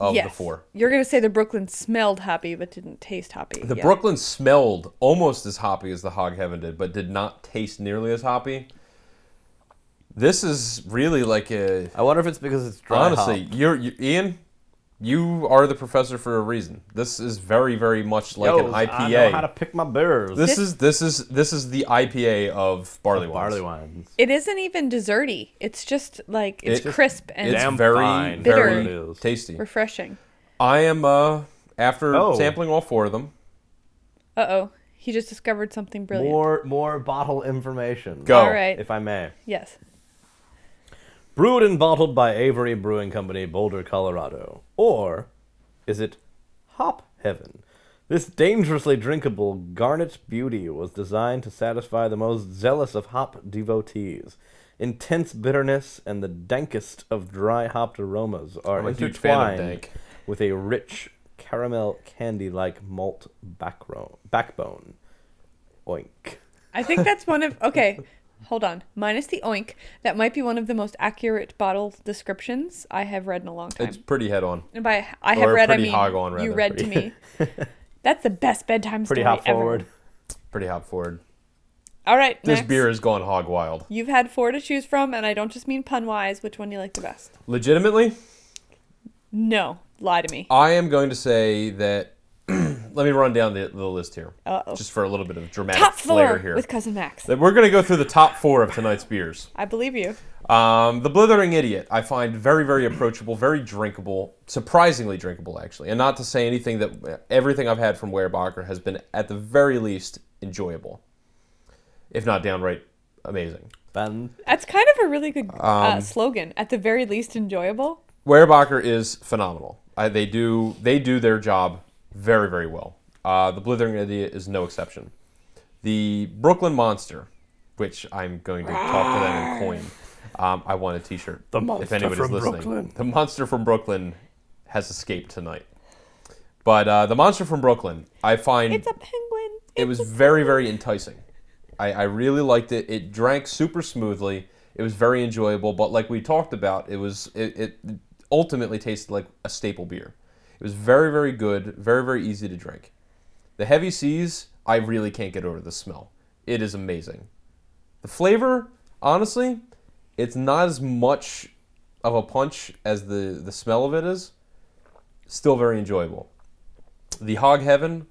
[SPEAKER 3] of the
[SPEAKER 1] Yes.
[SPEAKER 3] four.
[SPEAKER 1] You're going to say the Brooklyn smelled hoppy but didn't taste hoppy.
[SPEAKER 3] The
[SPEAKER 1] Yeah.
[SPEAKER 3] Brooklyn smelled almost as hoppy as the Hog Heaven did, but did not taste nearly as hoppy. This is really like a
[SPEAKER 2] I wonder if it's because it's dry
[SPEAKER 3] honestly, you're you, Ian. You are the professor for a reason. This is very, very much like
[SPEAKER 2] Yo,
[SPEAKER 3] an
[SPEAKER 2] I know
[SPEAKER 3] IPA.
[SPEAKER 2] how to pick my beers.
[SPEAKER 3] This is this is this is the IPA of barley wines.
[SPEAKER 2] barley wines.
[SPEAKER 1] It isn't even desserty. It's just like, it's
[SPEAKER 3] It-
[SPEAKER 1] crisp and
[SPEAKER 3] It's
[SPEAKER 2] Damn
[SPEAKER 3] very
[SPEAKER 2] fine.
[SPEAKER 3] very
[SPEAKER 1] Bitter.
[SPEAKER 2] It is.
[SPEAKER 3] tasty.
[SPEAKER 1] refreshing.
[SPEAKER 3] I am uh after
[SPEAKER 2] Oh.
[SPEAKER 3] sampling all four of them.
[SPEAKER 1] Uh oh. He just discovered something brilliant.
[SPEAKER 2] More more bottle information.
[SPEAKER 3] Go.
[SPEAKER 1] All right.
[SPEAKER 2] If I may.
[SPEAKER 1] Yes.
[SPEAKER 2] Brewed and bottled by Avery Brewing Company, Boulder, Colorado. Or is it Hop Heaven? This dangerously drinkable garnet beauty was designed to satisfy the most zealous of hop devotees. Intense bitterness and the dankest of dry hopped aromas are
[SPEAKER 3] I'm a huge fan of
[SPEAKER 2] intertwined
[SPEAKER 3] dank.
[SPEAKER 2] with a rich caramel candy like malt backbone. backbone. Oink.
[SPEAKER 1] I think that's one of okay. Hold on. Minus the oink. That might be one of the most accurate bottle descriptions I have read in a long time.
[SPEAKER 3] It's pretty head on.
[SPEAKER 1] and by I have
[SPEAKER 3] or
[SPEAKER 1] read, I
[SPEAKER 3] pretty
[SPEAKER 1] mean
[SPEAKER 3] hog on, rather.
[SPEAKER 1] you read to me. That's the best bedtime
[SPEAKER 4] Pretty
[SPEAKER 1] story
[SPEAKER 4] hop
[SPEAKER 1] ever.
[SPEAKER 4] forward.
[SPEAKER 3] Pretty hop forward.
[SPEAKER 1] All right,
[SPEAKER 3] This
[SPEAKER 1] next.
[SPEAKER 3] beer has gone hog wild.
[SPEAKER 1] You've had four to choose from, and I don't just mean pun wise. Which one you like the best?
[SPEAKER 3] Legitimately,
[SPEAKER 1] No, lie to me.
[SPEAKER 3] I am going to say that. let me run down the, the list here,
[SPEAKER 1] Uh-oh.
[SPEAKER 3] just for a little bit of dramatic
[SPEAKER 1] Top
[SPEAKER 3] flair
[SPEAKER 1] four
[SPEAKER 3] here.
[SPEAKER 1] with cousin Max.
[SPEAKER 3] That we're going to go through the top four of tonight's beers.
[SPEAKER 1] I believe you.
[SPEAKER 3] Um, the Blithering Idiot, I find very, very approachable, very drinkable, surprisingly drinkable, actually. And not to say anything that everything I've had from Weyerbacher has been, at the very least, enjoyable, if not downright amazing.
[SPEAKER 2] Fan-
[SPEAKER 1] That's kind of a really good
[SPEAKER 3] Um,
[SPEAKER 1] uh, slogan. At the very least, enjoyable.
[SPEAKER 3] Weyerbacher is phenomenal. I, they do they do their job very very well. Uh, the Blithering Idiot is no exception. The Brooklyn Monster, which I'm going to talk to them and coin. Um, I want a T-shirt.
[SPEAKER 4] The monster from Brooklyn.
[SPEAKER 3] the monster from Brooklyn has escaped tonight. But uh, the monster from Brooklyn, I find
[SPEAKER 1] It's a penguin.
[SPEAKER 3] hmm. it was very very enticing I, I really liked it it drank super smoothly it was very enjoyable but like we talked about it was it, it ultimately tasted like a staple beer it was very very good very very easy to drink the heavy seas i really can't get over the smell it is amazing the flavor honestly it's not as much of a punch as the the smell of it is still very enjoyable the hog heaven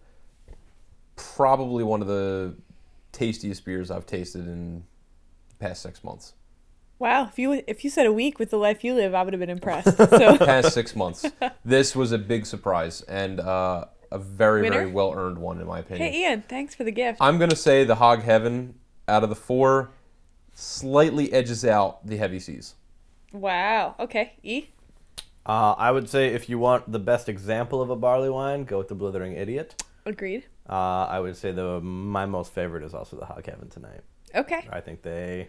[SPEAKER 3] probably one of the tastiest beers I've tasted in the past six months.
[SPEAKER 1] Wow, if you if you said a week with the life you live, I would have been impressed. So
[SPEAKER 3] Past six months. This was a big surprise and uh, a very, very
[SPEAKER 1] Winner?
[SPEAKER 3] well earned one, in my opinion.
[SPEAKER 1] hey, Ian, thanks for the gift.
[SPEAKER 3] I'm going to say the Hog Heaven out of the four slightly edges out the Heavy Seas.
[SPEAKER 1] Wow. Okay, E.
[SPEAKER 2] Uh, I would say if you want the best example of a barley wine, go with the Blithering Idiot.
[SPEAKER 1] Agreed.
[SPEAKER 2] Uh, I would say the my most favorite is also the Hog Heaven tonight.
[SPEAKER 1] Okay.
[SPEAKER 2] I think they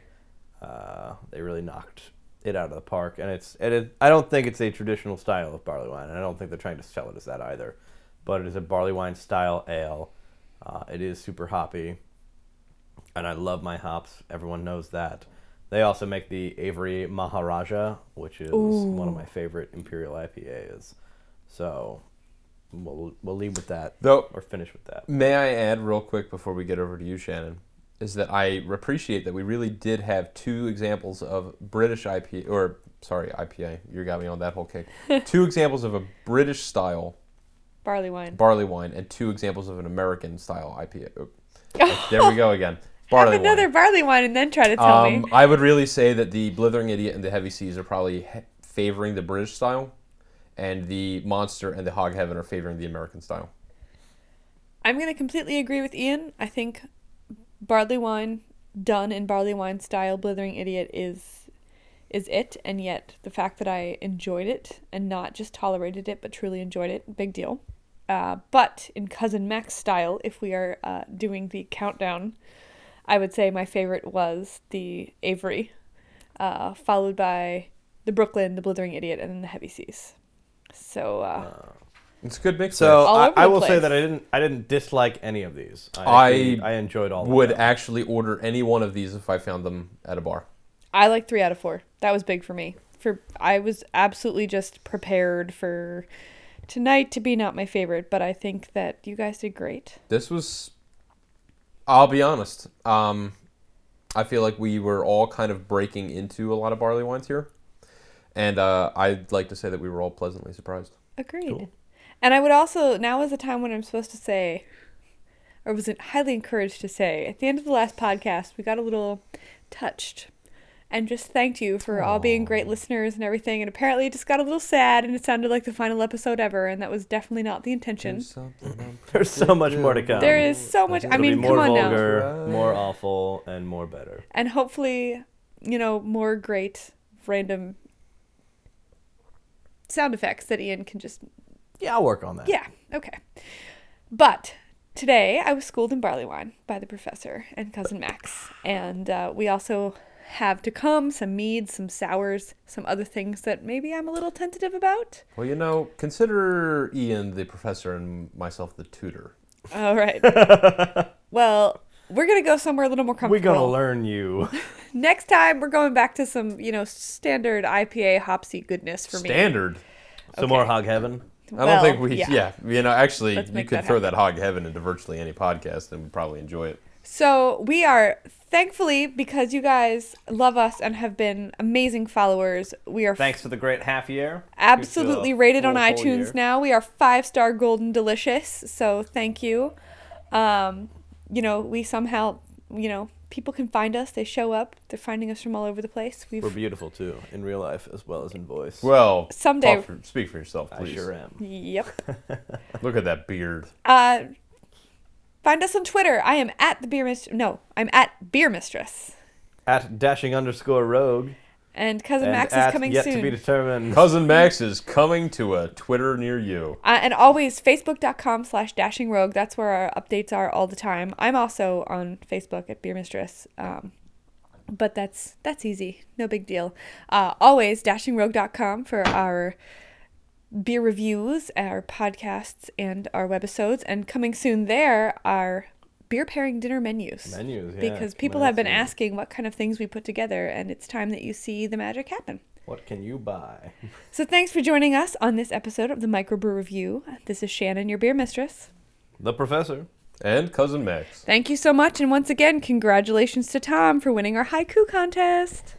[SPEAKER 2] uh, they really knocked it out of the park, and it's it is, I don't think it's a traditional style of barley wine, and I don't think they're trying to sell it as that either. But it is a barley wine style ale. Uh, it is super hoppy, and I love my hops. Everyone knows that. They also make the Avery Maharaja, which is one of my favorite imperial IPAs. So we'll we'll leave with that,
[SPEAKER 3] Though-
[SPEAKER 2] or finish with that.
[SPEAKER 3] May I add, real quick, before we get over to you, Shannon, is that I appreciate that we really did have two examples of British IPA, or sorry, IPA. You got me on that whole kick. two examples of a British style
[SPEAKER 1] Barley wine.
[SPEAKER 3] barley wine and two examples of an American style IPA. Oop. There we go again. Barley
[SPEAKER 1] Have another
[SPEAKER 3] wine.
[SPEAKER 1] barley wine and then try to tell
[SPEAKER 3] Um,
[SPEAKER 1] me.
[SPEAKER 3] I would really say that the Blithering Idiot and the Heavy Seas are probably he- favoring the British style, and the Monster and the Hog Heaven are favoring the American style.
[SPEAKER 1] I'm going to completely agree with Ian. I think barley wine done in barley wine style blithering idiot is is it and yet the fact that I enjoyed it and not just tolerated it but truly enjoyed it, big deal. Uh, but in cousin Max style, if we are uh, doing the countdown, I would say my favorite was the Avery, uh, followed by the Brooklyn, the Blithering Idiot, and then the Heavy Seas. So uh,
[SPEAKER 3] It's a good mix.
[SPEAKER 2] So
[SPEAKER 1] All
[SPEAKER 2] I,
[SPEAKER 1] over
[SPEAKER 2] I
[SPEAKER 1] the
[SPEAKER 2] will say
[SPEAKER 1] place.
[SPEAKER 2] that I didn't I didn't dislike any of these.
[SPEAKER 3] I
[SPEAKER 2] actually- I enjoyed all.
[SPEAKER 3] there.
[SPEAKER 2] of
[SPEAKER 3] would
[SPEAKER 2] them.
[SPEAKER 3] actually order any one of these if I found them at a bar.
[SPEAKER 1] I like three out of four. That was big for me. For I was absolutely just prepared for tonight to be not my favorite, but I think that you guys did great.
[SPEAKER 3] This was, I'll be honest. Um, I feel like we were all kind of breaking into a lot of barley wines here, and uh, I'd like to say that we were all pleasantly surprised.
[SPEAKER 1] Agreed. And I would also now is the time when I'm supposed to say, or was it highly encouraged to say at the end of the last podcast we got a little touched. And just thanked you for all being great listeners and everything. And apparently, it just got a little sad, and it sounded like the final episode ever. And that was definitely not the intention.
[SPEAKER 3] um,
[SPEAKER 4] There's so much more to come.
[SPEAKER 1] There is so much. I
[SPEAKER 4] Um, It'll be
[SPEAKER 1] mean,
[SPEAKER 4] more
[SPEAKER 1] come on now.
[SPEAKER 4] vulgar, more awful, and more better.
[SPEAKER 1] and hopefully, you know, more great random sound effects that Ian can just.
[SPEAKER 2] Yeah, I'll work on that.
[SPEAKER 1] Yeah, okay. But today I was schooled in barley wine by the professor and cousin Max, and uh, we also have to come some meads, some sours, some other things that maybe I'm a little tentative about.
[SPEAKER 3] Well, you know, consider Ian the professor and myself the tutor.
[SPEAKER 1] All right. well, we're going to go somewhere a little more
[SPEAKER 2] We're
[SPEAKER 1] comfortable.
[SPEAKER 2] gonna learn you.
[SPEAKER 1] Next time, we're going back to some, you know, standard IPA hopsy goodness for me.
[SPEAKER 3] Standard.
[SPEAKER 4] Some more hog heaven.
[SPEAKER 3] I don't
[SPEAKER 1] Well,
[SPEAKER 3] think we.
[SPEAKER 1] yeah.
[SPEAKER 3] Yeah. you know, actually,
[SPEAKER 1] Let's
[SPEAKER 3] you
[SPEAKER 1] make
[SPEAKER 3] could
[SPEAKER 1] that
[SPEAKER 3] throw that hog heaven into virtually any podcast, and we'd probably enjoy it.
[SPEAKER 1] So we are thankfully because you guys love us and have been amazing followers. We are
[SPEAKER 4] Thanks for the great half year.
[SPEAKER 1] absolutely
[SPEAKER 4] Good, uh,
[SPEAKER 1] rated on
[SPEAKER 4] full- full
[SPEAKER 1] iTunes
[SPEAKER 4] year.
[SPEAKER 1] now. We are five star golden delicious. So thank you. Um, you know we somehow you know people can find us. They show up. They're finding us from all over the place. We've
[SPEAKER 2] We're beautiful too, in real life as well as in voice.
[SPEAKER 3] Well,
[SPEAKER 1] Someday-
[SPEAKER 3] talk for- speak for yourself,
[SPEAKER 4] I
[SPEAKER 3] please.
[SPEAKER 4] sure am.
[SPEAKER 1] yep.
[SPEAKER 3] Look at that beard.
[SPEAKER 1] Uh, find us on Twitter. I am at the beer mistress. No, I'm at beer mistress.
[SPEAKER 2] At dashing underscore rogue.
[SPEAKER 1] And cousin
[SPEAKER 2] and
[SPEAKER 1] Max
[SPEAKER 2] at
[SPEAKER 1] is coming
[SPEAKER 2] yet
[SPEAKER 1] soon.
[SPEAKER 2] to be determined.
[SPEAKER 3] Cousin Max is coming to a Twitter near you.
[SPEAKER 1] Uh, and always facebook.com slash dashing rogue. That's where our updates are all the time. I'm also on Facebook at Beer Mistress. Um, but that's that's easy. No big deal. Uh, always dashingrogue.com for our beer reviews, our podcasts, and our webisodes. And coming soon there are beer pairing dinner menus.
[SPEAKER 2] Menus, yeah,
[SPEAKER 1] Because people have been
[SPEAKER 2] menus.
[SPEAKER 1] asking what kind of things we put together, and it's time that you see the magic happen.
[SPEAKER 2] What can you buy?
[SPEAKER 1] So thanks for joining us on this episode of the Microbrew Review. This is Shannon, your beer mistress.
[SPEAKER 2] The professor.
[SPEAKER 3] And Cousin Max.
[SPEAKER 1] Thank you so much, and once again, congratulations to Tom for winning our haiku contest.